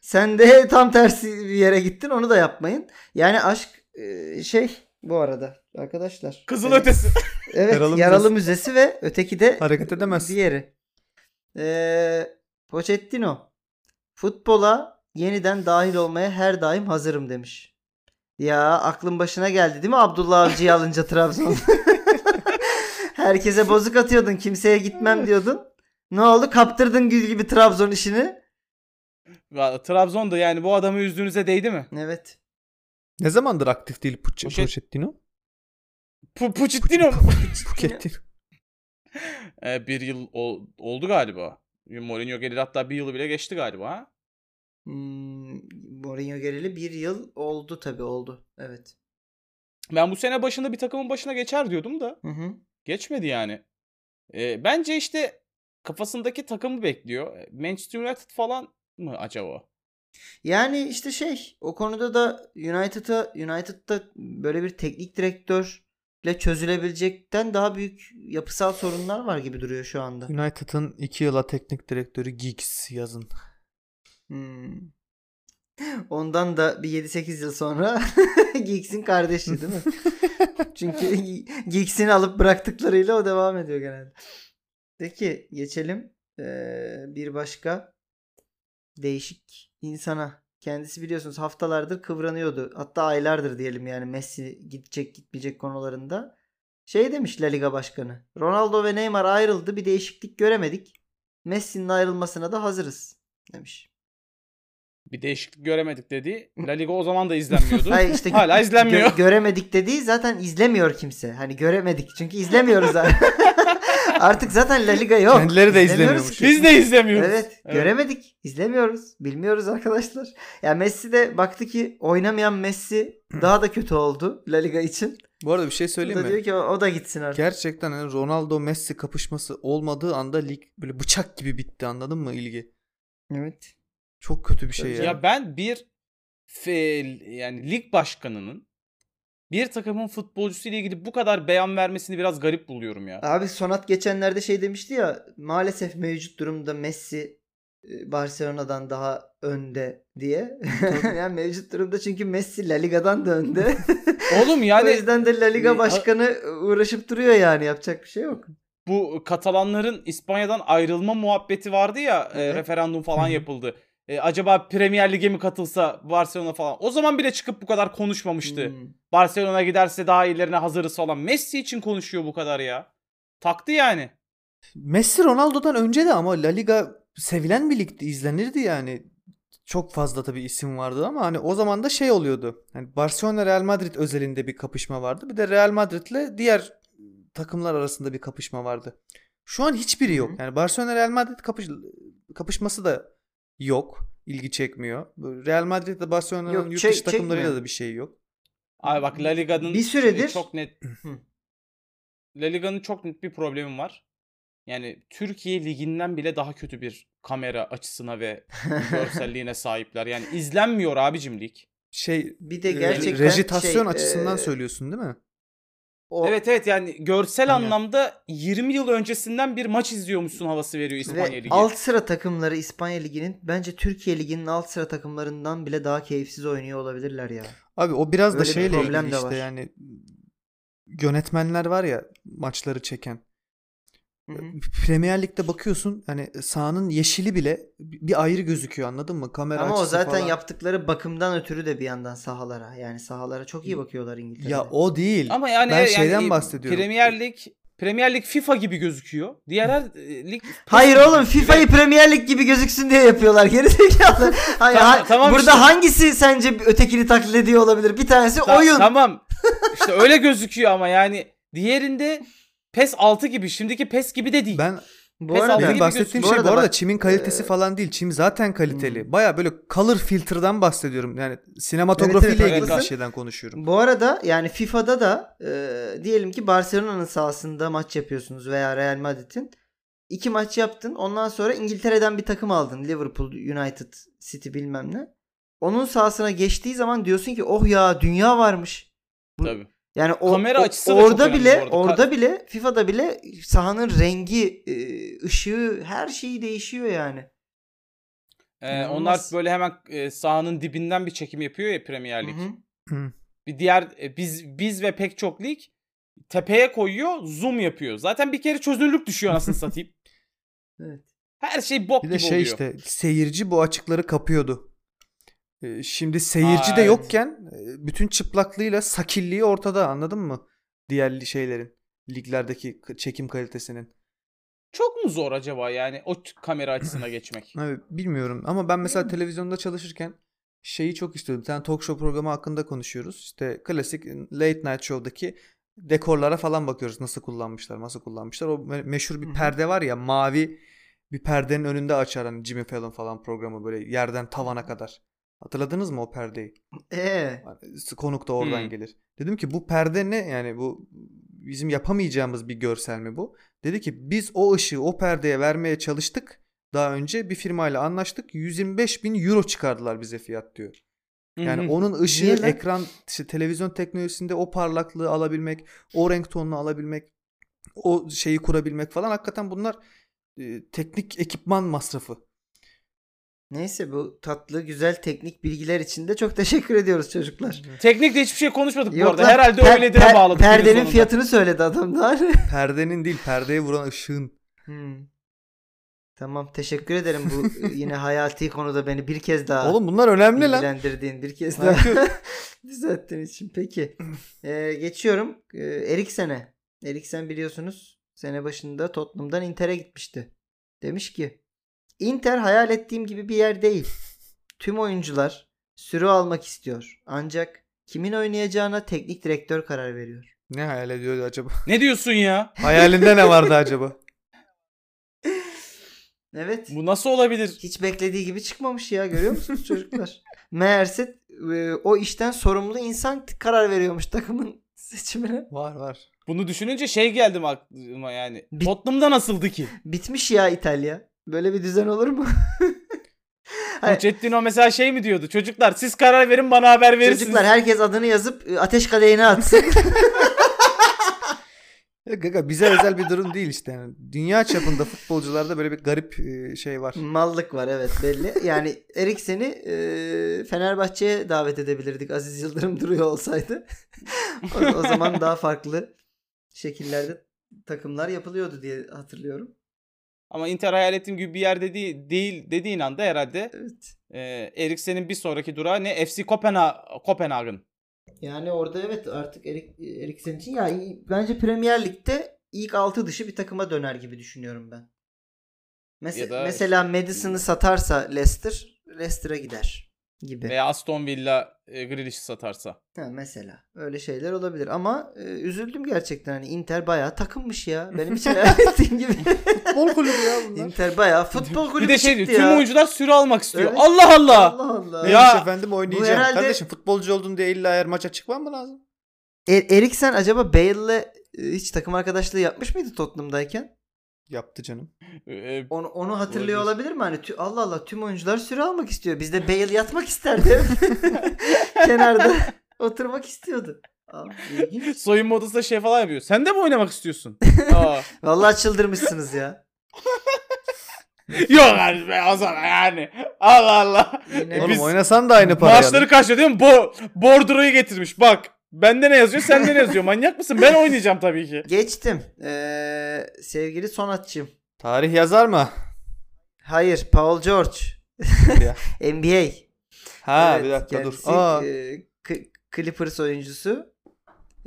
C: Sen de tam tersi bir yere gittin onu da yapmayın. Yani aşk e, şey bu arada arkadaşlar.
A: Kızıl
C: Evet.
A: ötesi.
C: Evet
B: Yaralı
C: yaralı,
B: Müzesi.
C: müzesi ve öteki de
B: Hareket edemez.
C: diğeri. Ee, Pochettino futbola yeniden dahil olmaya her daim hazırım demiş. Ya aklın başına geldi değil mi Abdullah Avcı'yı alınca Trabzon? Herkese bozuk atıyordun kimseye gitmem diyordun. Ne oldu kaptırdın gül gibi Trabzon işini.
A: Valla Trabzon'da yani bu adamı üzdüğünüze değdi mi?
C: Evet.
B: Ne zamandır aktif değil Puç-
A: Poşet-
B: Pochettino?
A: Pu Puchettino mu?
B: Pochettino.
A: Ee, bir yıl ol- oldu galiba. Mourinho gelir hatta bir yılı bile geçti galiba. Ha?
C: Hmm, Mourinho geleli bir yıl oldu tabii oldu. Evet.
A: Ben bu sene başında bir takımın başına geçer diyordum da
C: Hı hı.
A: geçmedi yani. Ee, bence işte kafasındaki takımı bekliyor. Ee, Manchester United falan mı acaba?
C: Yani işte şey o konuda da United'a United'da böyle bir teknik direktörle çözülebilecekten daha büyük yapısal sorunlar var gibi duruyor şu anda.
B: United'ın 2 yıla teknik direktörü Giggs yazın.
C: Hmm. Ondan da bir 7-8 yıl sonra Giggs'in kardeşi değil mi? Çünkü Giggs'in alıp bıraktıklarıyla o devam ediyor genelde. Peki geçelim ee, bir başka değişik insana. Kendisi biliyorsunuz haftalardır kıvranıyordu. Hatta aylardır diyelim yani Messi gidecek gitmeyecek konularında. Şey demiş La Liga Başkanı. Ronaldo ve Neymar ayrıldı bir değişiklik göremedik. Messi'nin ayrılmasına da hazırız demiş.
A: Bir değişiklik göremedik dedi. La Liga o zaman da izlenmiyordu.
C: Hayır işte
A: Hala izlenmiyor.
C: gö- göremedik dediği zaten izlemiyor kimse. Hani göremedik çünkü izlemiyoruz artık. artık zaten La Liga yok.
B: Kendileri de
C: İzlemiyoruz
B: izlemiyormuş.
C: ki.
A: Biz de izlemiyoruz.
C: Evet, göremedik. izlemiyoruz. Bilmiyoruz arkadaşlar. Ya Messi de baktı ki oynamayan Messi daha da kötü oldu La Liga için.
B: Bu arada bir şey
C: O
B: söyleyeyim
C: da
B: mi?
C: diyor ki o, o da gitsin artık.
B: Gerçekten hani Ronaldo Messi kapışması olmadığı anda lig böyle bıçak gibi bitti anladın mı ilgi?
C: Evet.
B: Çok kötü bir şey ya.
A: Ya ben bir fe- yani lig başkanının bir takımın futbolcusuyla ilgili bu kadar beyan vermesini biraz garip buluyorum
B: Ah,
A: ya.
C: Abi Sonat geçenlerde şey demişti ya maalesef mevcut durumda Messi e, Barcelona'dan daha önde diye. yani mevcut durumda çünkü Messi La Liga'dan da önde.
A: Oğlum
C: o
A: yani
C: yüzden de La
A: Ya-
C: Liga başkanı uğraşıp duruyor yani yapacak bir şey yok.
A: bu Katalanların İspanya'dan ayrılma muhabbeti vardı ya e,
C: Evet.
A: referandum
B: Hı
A: falan
B: hı.
A: yapıldı. E, acaba Premier Lig'e mi katılsa Barcelona falan. O zaman bile çıkıp bu kadar konuşmamıştı.
C: Hmm.
A: Barcelona giderse daha iyilerine hazırız falan. Messi için konuşuyor bu kadar ya. Taktı yani.
B: Messi Ronaldo'dan önce de ama La Liga sevilen bir ligdi, izlenirdi yani. Çok fazla tabii isim vardı ama hani o zaman da şey oluyordu. Hani Barcelona Real Madrid özelinde bir kapışma vardı. Bir de Real Madrid'le diğer takımlar arasında bir kapışma vardı. Şu an hiçbiri yok.
C: Hı hı.
B: Yani Barcelona Real Madrid kapış kapışması da yok. İlgi çekmiyor. Böyle Real Madrid'le Barcelona'nın
C: Yok,
B: yurt
C: çek-
B: dışı takımlarıyla
C: çekmiyor.
B: da bir şey yok.
A: Abi bak La Liga'nın
C: Bir süredir-
A: çok net
C: Hı.
A: La Liga'nın çok net bir problemi var. Yani Türkiye liginden bile daha kötü bir kamera açısına ve görselliğine sahipler. Yani izlenmiyor abicim lig.
B: Şey
C: bir de
B: e,
C: gerçekten
B: rejitasyon
C: şey,
B: açısından
C: e,
B: söylüyorsun değil mi?
C: o-
A: Evet evet yani görsel
B: Aynen.
A: anlamda 20 yıl öncesinden bir maç izliyormuşsun havası veriyor İspanya
C: Ve
A: Ligi.
C: alt sıra takımları İspanya Ligi'nin bence Türkiye Ligi'nin alt sıra takımlarından bile daha keyifsiz oynuyor olabilirler ya.
B: Abi o biraz
C: Öyle
B: da
C: bir
B: şeyle
C: problem
B: ilgili
C: de
B: işte
C: var.
B: yani yönetmenler var ya maçları çeken.
C: Hı hı.
B: Premier Lig'de bakıyorsun hani sahanın yeşili bile bir ayrı gözüküyor anladın mı? Kamera
C: Ama o
B: açısı
C: zaten
B: falan.
C: yaptıkları bakımdan ötürü de bir yandan sahalara. Yani sahalara çok iyi bakıyorlar İngiltere'de.
B: Ya o değil.
A: Ama yani
B: Ben
A: yani hani
B: şeyden bahsediyorum.
A: Premier Lig Premier Lig FIFA gibi gözüküyor. Diğer her e, lig
C: Hayır oğlum FIFA'yı Premier Lig gibi gözüksün diye yapıyorlar gerizekalı. Hayır,
A: Tamam,
C: ha-
A: tamam işte.
C: burada hangisi sence ötekini taklit ediyor olabilir? Bir tanesi
A: Ta-
C: oyun.
A: Tamam. İşte öyle gözüküyor ama yani diğerinde PES 6 gibi, şimdiki PES gibi de değil.
B: Ben
C: Bu
A: Pes
C: arada
A: altı
B: benim
A: gibi
B: bahsettiğim
C: gözüküyor.
B: şey bu arada
C: bak, Hmm.
B: çimin kalitesi
C: e,
B: falan değil. Çim zaten kaliteli. Baya böyle color filter'dan bahsediyorum. Yani sinematografiyle
C: Evet, evet,
B: ilgili bir
C: haklısın.
B: şeyden konuşuyorum.
C: Bu arada yani FIFA'da da e, diyelim ki Barcelona'nın sahasında maç yapıyorsunuz veya Real Madrid'in. İki maç yaptın. Ondan sonra İngiltere'den bir takım aldın. Liverpool, United, City bilmem ne. Onun sahasına geçtiği zaman diyorsun ki oh ya dünya varmış. bu-
A: Tabii.
C: Yani o,
A: Kamera
C: o-
A: açısı da çok
C: orada
A: önemli
C: bile
A: bu arada. Ka-
C: orada bile FIFA'da bile sahanın rengi, e, ışığı her şeyi değişiyor yani.
A: Ee,
C: İnanılmaz.
A: onlar böyle hemen e, sahanın dibinden bir çekim yapıyor ya Premier Lig.
C: Hı hı.
A: Bir diğer e, biz biz ve pek çok lig tepeye koyuyor, zoom yapıyor. Zaten bir kere çözünürlük düşüyor anasını satayım.
C: Evet.
A: Her şey bok
B: Bir de
A: gibi
B: şey
A: oluyor.
B: işte seyirci bu açıkları kapıyordu. Ee, Şimdi seyirci
A: Aa,
B: de
A: evet.
B: yokken e, bütün çıplaklığıyla sakilliği ortada anladın mı? Diğer li- şeylerin liglerdeki k- çekim kalitesinin.
A: Çok mu zor acaba yani o t- kamera açısına geçmek?
B: Abi bilmiyorum ama ben mesela televizyonda çalışırken şeyi çok istiyordum. Bir tane talk show programı hakkında konuşuyoruz. İşte klasik late night show'daki dekorlara falan bakıyoruz. Nasıl kullanmışlar, nasıl kullanmışlar. O me- meşhur
C: Hı
B: bir
C: hı.
B: perde var ya mavi bir perdenin önünde açar hani Jimmy Fallon falan programı böyle yerden tavana kadar. Hatırladınız mı o perdeyi?
C: Ee,
B: Konuk da oradan
A: Hmm.
B: gelir. Dedim ki bu perde ne? Yani bu bizim yapamayacağımız bir görsel mi bu? Dedi ki biz o ışığı o perdeye vermeye çalıştık. Daha önce bir firmayla anlaştık. 125 bin euro çıkardılar bize fiyat diyor. Yani
A: Hı hı.
B: onun ışığı
C: Niye lan?
B: ekran işte televizyon teknolojisinde o parlaklığı alabilmek, o renk tonunu alabilmek, o şeyi kurabilmek falan hakikaten bunlar e, teknik ekipman masrafı.
C: neyse bu tatlı güzel teknik bilgiler için de çok teşekkür ediyoruz çocuklar.
A: Teknikle hiçbir şey konuşmadık bu
C: Yok
A: arada.
C: lan,
A: Herhalde
C: per-
A: öyledir'e
C: per-
A: bağladık. günün
C: Perdenin
A: sonunda.
C: fiyatını söyledi adamlar.
B: Perdenin değil, perdeye vuran ışığın.
C: Hmm. Tamam teşekkür ederim bu e, yine hayati konuda beni bir kez daha
B: Oğlum bunlar önemli lan.
C: bilgilendirdiğin bir kez daha
B: Sanki-
C: düzelttiğin için. Peki Ee, geçiyorum ee, Eriksen'e. Eriksen biliyorsunuz sene başında Tottenham'dan Inter'e gitmişti. Demiş ki Inter hayal ettiğim gibi bir yer değil. Tüm oyuncular sürü almak istiyor. Ancak kimin oynayacağına teknik direktör karar veriyor.
B: Ne hayal ediyordu acaba?
A: Ne diyorsun ya?
B: Hayalinde ne vardı acaba?
C: Evet.
A: Bu nasıl olabilir?
C: Hiç beklediği gibi çıkmamış ya görüyor musunuz çocuklar? Meğerse e, o işten sorumlu insan t- karar veriyormuş takımın seçimine.
B: Var var.
A: Bunu düşününce şey geldim aklıma yani.
C: Bi-
A: Tottenham'da nasıldı ki?
C: Bitmiş ya İtalya. Böyle bir düzen olur mu? Hayır.
A: Pochettino mesela şey mi diyordu? Çocuklar siz karar verin bana haber verirsiniz.
C: Çocuklar herkes adını yazıp e, ateş kadehine atsın.
B: Ya Gaga bize özel bir durum değil işte. Yani dünya çapında futbolcularda böyle bir garip e, şey var.
C: Mallık var evet belli. Yani Eriksen'i e, Fenerbahçe'ye davet edebilirdik Aziz Yıldırım duruyor olsaydı. o, o zaman daha farklı şekillerde takımlar yapılıyordu diye hatırlıyorum.
A: Ama Inter hayal ettiğim gibi bir yerde değil, değil dediğin anda herhalde
C: Evet.
A: e, Eriksen'in bir sonraki durağı ne? FC Kopenha- Kopenhagen.
C: Yani orada evet artık Erik, Eriksen için ya iyi- bence Premier Lig'de ilk 6 dışı bir takıma döner gibi düşünüyorum ben. Mes-
A: Ya da-
C: mesela Madison'ı satarsa Leicester, Leicester'a gider gibi.
A: Veya Aston Villa e, Grealish'i satarsa.
C: Ha, mesela öyle şeyler olabilir ama e, üzüldüm gerçekten hani Inter bayağı takımmış ya. Benim için hayal ettiğim gibi.
B: Futbol kulübü ya bunlar.
C: Inter bayağı futbol kulübü
A: Bir de şey diyor,
C: çıktı
A: tüm
C: ya.
A: oyuncular süre almak istiyor.
C: Evet.
A: Allah Allah.
C: Allah Allah.
A: Ya-
B: Neymiş efendim oynayacağım.
C: herhalde-
B: Kardeşim futbolcu oldun diye illa her maça çıkman mı lazım?
C: E- Eriksen acaba Bale'le e, hiç takım arkadaşlığı yapmış mıydı Tottenham'dayken?
B: Yaptı canım.
A: E,
C: Onu, onu hatırlıyor
A: Olabilir.
C: olabilir mi? Hani tü- Allah Allah tüm oyuncular süre almak istiyor. Bizde Bale yatmak isterdi. Kenarda oturmak istiyordu. Aa, ilginç.
A: soyunma odasında şey falan yapıyor. Sen de mi oynamak istiyorsun? Aa.
C: Vallahi çıldırmışsınız ya.
A: Yok abi be o zaman yani. Allah Allah.
C: Yine-
A: E
B: Oğlum
A: biz-
B: oynasan da aynı parayı
A: Maaşları kaç diyor değil mi? Bo bordroyu getirmiş bak. Bende ne yazıyor sende ne yazıyor manyak mısın? Ben oynayacağım tabii ki.
C: Geçtim. Ee, sevgili sonatçım.
B: Tarih yazar mı?
C: Hayır, Paul George.
B: Ya.
C: NBA.
B: Ha
C: Evet,
B: bir dakika dur.
C: kendisi,
B: Aa.
C: e, K- Clippers oyuncusu.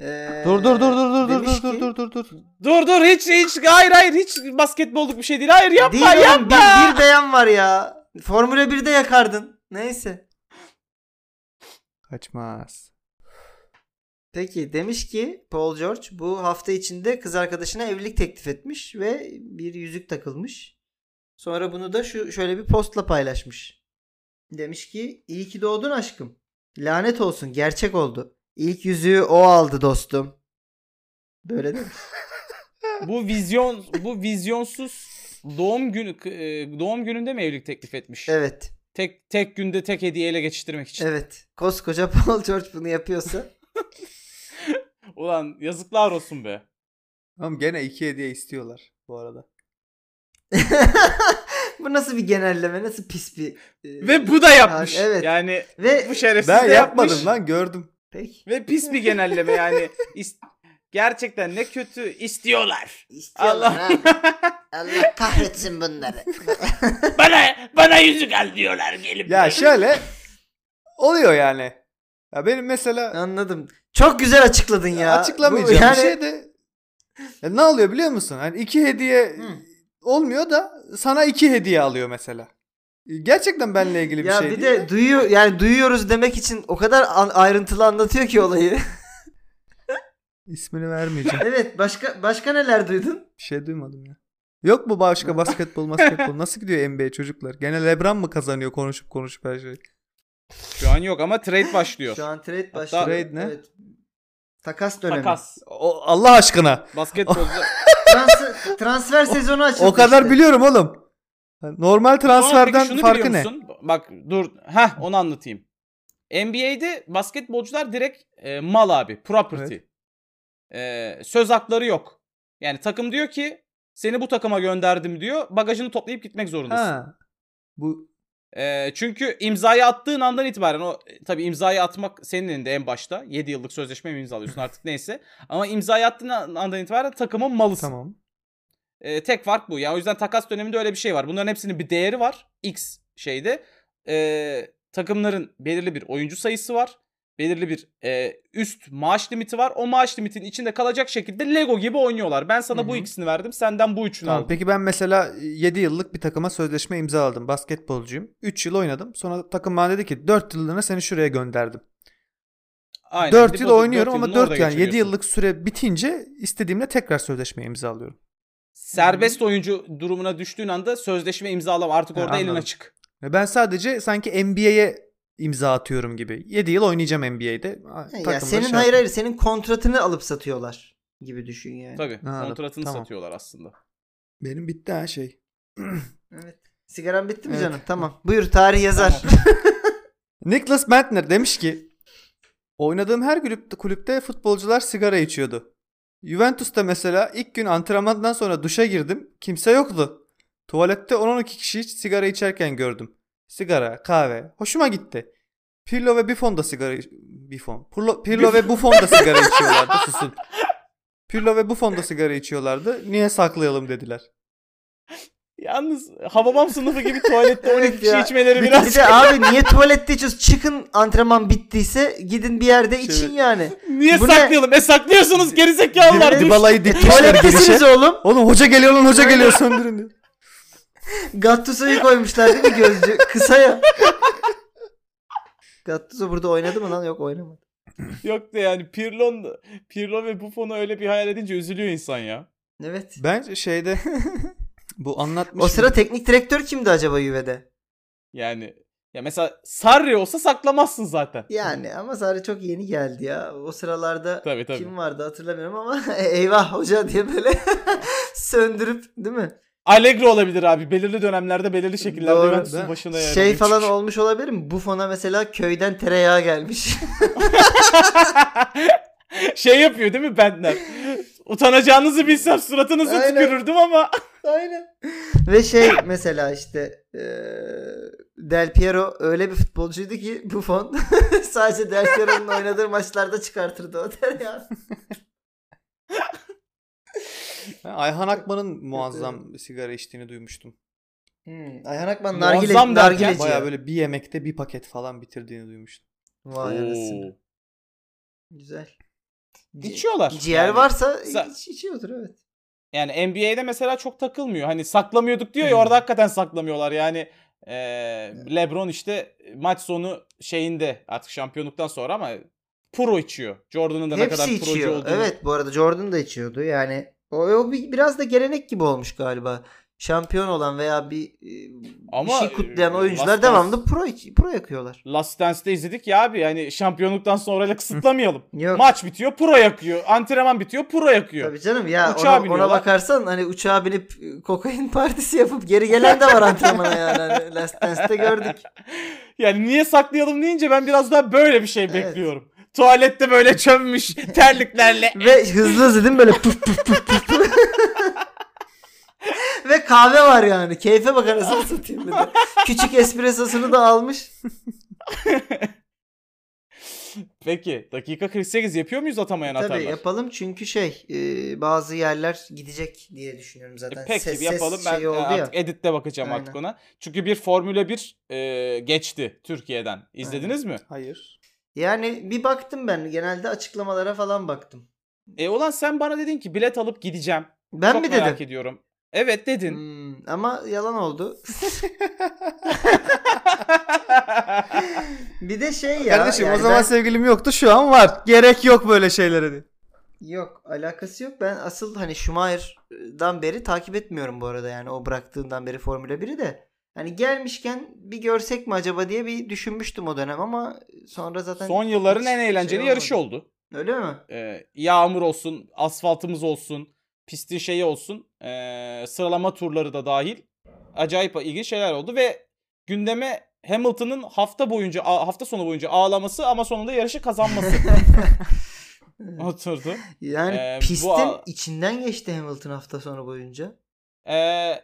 C: Ee,
B: Dur dur dur dur dur dur
C: demiş
B: dur
C: ki-
B: dur dur dur.
A: Dur dur hiç hiç hayır hayır hiç basketbolluk bir şey değil. Hayır yapma
C: Değil oğlum,
A: yapma.
C: Bir, bir beyan var ya. Formula 1'de yakardın. Neyse.
B: Kaçmaz.
C: Peki demiş ki Paul George bu hafta içinde kız arkadaşına evlilik teklif etmiş ve bir yüzük takılmış. Sonra bunu da şu şöyle bir postla paylaşmış. Demiş ki iyi ki doğdun aşkım. Lanet olsun gerçek oldu. İlk yüzüğü o aldı dostum. Böyle demiş.
A: Bu vizyon bu vizyonsuz doğum günü e, doğum gününde mi evlilik teklif etmiş?
C: Evet.
A: Tek tek günde tek hediye ele geçiştirmek için.
C: Evet. Koskoca Paul George bunu yapıyorsa.
A: Ulan yazıklar olsun be.
B: Oğlum gene iki hediye istiyorlar bu arada.
C: bu nasıl bir genelleme? Nasıl pis bir... e,
A: Ve bu da yapmış.
C: Yani evet.
A: Yani
C: Ve
A: bu şerefsiz
B: Ben
A: de
B: yapmadım
A: yapmış.
B: lan gördüm.
C: peki.
A: Ve pis bir genelleme yani. İs- gerçekten ne kötü istiyorlar.
C: İstiyorlar
A: Allah.
C: ha. Allah kahretsin bunları.
A: Bana bana yüzük al diyorlar gelip.
B: Ya şöyle oluyor yani. Ya benim mesela
C: Anladım. Çok güzel açıkladın ya.
B: açıklamayacağım
C: Bu yani-
B: bir şey de Ya ne oluyor biliyor musun? Hani iki hediye
C: Hı.
B: olmuyor da sana iki hediye alıyor mesela. Gerçekten benimle ilgili bir
C: ya
B: şey
C: bir
B: değil
C: de duyuyor yani duyuyoruz demek için o kadar an- ayrıntılı anlatıyor ki olayı.
B: İsmini vermeyeceğim.
C: evet başka başka neler duydun?
B: bir şey duymadım ya. Yok mu başka basketbol basketbol? Nasıl gidiyor NBA çocuklar? Gene Lebron mı kazanıyor konuşup konuşup her şeyi?
A: Şu an yok ama trade başlıyor.
C: Şu an trade
A: Hatta-
C: başlıyor.
B: Trade ne?
C: Evet. Takas dönemi.
A: Takas.
B: O- Allah aşkına.
A: Basketbolcu.
C: Trans- transfer sezonu açıldı.
B: O kadar
C: işte.
B: biliyorum oğlum. Normal
A: Ama peki
B: transferden
A: şunu
B: farkı
A: biliyor
B: ne?
A: musun? Bak dur. Heh onu anlatayım. NBA'de basketbolcular direkt e, mal abi. Property. E, söz hakları yok. Yani takım diyor ki seni bu takıma gönderdim diyor. Bagajını toplayıp gitmek zorundasın.
B: Ha. Bu
A: Ee, çünkü imzayı attığın andan itibaren o e, tabii imzayı atmak senin elinde en başta. 7 yıllık sözleşme mi imzalıyorsun artık neyse. Ama imzayı attığın an- andan itibaren takımın malısın.
B: tamam.
A: Ee, tek fark bu. Yani o yüzden takas döneminde öyle bir şey var. Bunların hepsinin bir değeri var. X şeyde. Ee, takımların belirli bir oyuncu sayısı var. Belirli bir e, üst maaş limiti var. O maaş limitinin içinde kalacak şekilde Lego gibi oynuyorlar. Ben sana
C: Hı
A: bu
C: hı.
A: ikisini verdim. Senden bu üçünü
B: Tamam.
A: aldım.
B: Peki ben mesela 7 yıllık bir takıma sözleşme imzaladım. Basketbolcuyum. 3 yıl oynadım. Sonra takım bana dedi ki 4 yıllığına seni şuraya gönderdim.
A: Aynen.
B: 4
A: Dip
B: yıl
A: o- dört
B: oynuyorum ama
A: yılını orada
B: 4 yani 7
A: geçiriyorsun.
B: yıllık süre bitince istediğimle tekrar sözleşme imzalıyorum.
A: serbest oyuncu durumuna düştüğün anda sözleşme imzalama artık
B: He,
A: orada elin
B: anladım.
A: açık.
B: Ve ben sadece sanki NBA'ye imza atıyorum gibi. 7 yıl oynayacağım NBA'de.
C: Ya senin
B: şey
C: hayır hayır senin kontratını alıp satıyorlar gibi düşün yani.
A: Tabii.
B: anladım.
A: kontratını
B: Tamam.
A: satıyorlar aslında.
B: Benim bitti ha şey.
C: Evet. Sigaran bitti mi
B: Evet.
C: canım? Tamam. Buyur tarih yazar.
B: Nicholas Bentner demiş ki oynadığım her kulüpte, kulüpte futbolcular sigara içiyordu. Juventus'ta mesela ilk gün antrenmandan sonra duşa girdim. Kimse yoktu. Tuvalette 10-12 kişi hiç sigara içerken gördüm. Sigara, kahve. Hoşuma gitti. Pirlo ve Buffon da sigara iç- Buffon. Pirlo, Pirlo ve Buffon da sigara içiyorlardı. Susun. Pirlo ve Buffon da sigara içiyorlardı. Niye saklayalım dediler.
A: Yalnız Hababam sınıfı gibi tuvalette 12
C: Evet
A: kişi
C: ya.
A: içmeleri
C: Bir, bir
A: biraz şey-
C: de abi niye tuvalette içiyorsun? Çıkın antrenman bittiyse gidin bir
A: Şey-
C: yerde için
B: Evet.
C: yani.
A: niye
C: Bu ne?
A: saklıyalım? E saklıyorsunuz gerizekalılar.
B: Dibala'yı dikmişler girişe.
C: Tuvalettesiniz oğlum.
B: Oğlum hoca geliyor lan hoca geliyor söndürün diyor.
C: Gattuso'yu koymuşlar değil mi gözcü? Kısa ya. Gattuso burada oynadı mı lan? Yok oynamadı.
A: Yok da yani Pirlo, Pirlo ve Buffon'u öyle bir hayal edince üzülüyor insan ya.
C: Evet.
B: Bence şeyde bu anlatmış.
C: O sıra teknik direktör kimdi acaba Juve'de?
A: Yani ya mesela Sarri olsa saklamazsın zaten.
C: Yani ama Sarı çok yeni geldi ya. O sıralarda
A: Tabii, tabii.
C: kim vardı hatırlamıyorum ama eyvah hoca diye böyle söndürüp değil mi?
A: Allegri olabilir abi. Belirli dönemlerde belirli şekillerde
C: Doğru.
A: Juventus'un
B: Ben-
A: başına yani.
C: şey falan olmuş olabilir mi? Buffon'a mesela köyden tereyağı gelmiş.
A: şey yapıyor değil mi Bentner? Utanacağınızı bilsem suratınızı
C: Aynen.
A: tükürürdüm ama.
C: Aynen. Ve şey mesela işte eee, Del Piero öyle bir futbolcuydu ki Buffon sadece Del Piero'nun oynadığı maçlarda çıkartırdı o tereyağı.
B: Ben Ayhan Akman'ın muazzam sigara içtiğini duymuştum.
C: Hmm, Ayhan Akman
A: Muazzam derken
C: nargile, nargileci.
B: Baya
C: ya.
B: böyle bir yemekte bir paket falan bitirdiğini duymuştum.
C: Vay anasını.
A: Oo.
C: Güzel. Ci-
A: İçiyorlar.
C: Ciğer
A: yani.
C: varsa
A: Sa-
C: iç- içiyordur evet.
A: Yani NBA'de mesela çok takılmıyor. Hani saklamıyorduk diyor ya
C: Hmm.
A: orada hakikaten saklamıyorlar. Yani e, LeBron işte maç sonu şeyinde artık şampiyonluktan sonra ama pro içiyor. Jordan'ın da ne kadar
C: Hepsi
A: procu
C: içiyor.
A: olduğunu.
C: Evet bu arada Jordan da içiyordu. Yani o, o bir- biraz da gelenek gibi olmuş galiba. Şampiyon olan veya bir, e,
A: Ama,
C: bir şey kutlayan
A: e,
C: oyuncular
A: Last
C: devamlı pro, iç- pro yakıyorlar.
A: Last Dance'de izledik ya abi. Yani şampiyonluktan sonra öyle kısıtlamayalım.
C: Yok.
A: Maç bitiyor pro yakıyor. Antrenman bitiyor pro yakıyor.
C: Tabii canım ya
A: Uçağa
C: ona, ona
A: biniyorlar.
C: bakarsan hani uçağa binip e, kokain partisi yapıp geri gelen de var antrenmana yani. Hani Last Dance'te gördük.
A: Yani niye saklayalım deyince ben biraz daha böyle bir şey
C: Evet.
A: bekliyorum. Tuvalette böyle çömmüş terliklerle.
C: Ve hızlı hızlı değil mi böyle puf puf puf puf puf. Ve kahve var yani. Keyfe bak anasını satayım bir de. Küçük espressosunu da almış.
A: Peki dakika 48 yapıyor muyuz atamayan
C: E, Tabii
A: atarlar? E,
C: yapalım çünkü şey e, bazı yerler gidecek diye düşünüyorum zaten.
A: E, Peki
C: Ses- ses
A: yapalım ben
C: şeyi
A: e, artık editte bakacağım
C: Aynen.
A: artık ona. Çünkü bir Formula 1 e, geçti Türkiye'den. İzlediniz mi?
B: Hayır.
C: Yani bir baktım ben genelde açıklamalara falan baktım.
A: E ulan sen bana dedin ki bilet alıp gideceğim.
C: Ben
A: Çok
C: mi
A: merak
C: dedim?
A: ediyorum. Evet dedin.
C: Hmm, ama yalan oldu. bir de şey ya.
B: Kardeşim
C: yani
B: o zaman
C: ben-
B: sevgilim yoktu şu an var. Gerek yok böyle şeylere diye.
C: Yok alakası yok. Ben asıl hani Schumacher'dan beri takip etmiyorum bu arada yani o bıraktığından beri Formula 1'i de. Hani gelmişken bir görsek mi acaba diye bir düşünmüştüm o dönem ama sonra zaten
A: Son yılların
C: hiç
A: en
C: şey
A: eğlenceli
C: olmadı.
A: yarışı oldu.
C: Öyle mi?
A: Ee, yağmur olsun, asfaltımız olsun, pistin şeyi olsun, ee, sıralama turları da dahil. Acayip ilginç şeyler oldu ve gündeme Hamilton'ın hafta boyunca a- hafta sonu boyunca ağlaması ama sonunda yarışı kazanması oturdu.
C: Yani
A: Ee, bu
C: pistin
A: a-
C: içinden geçti Hamilton hafta sonu boyunca.
A: Ee,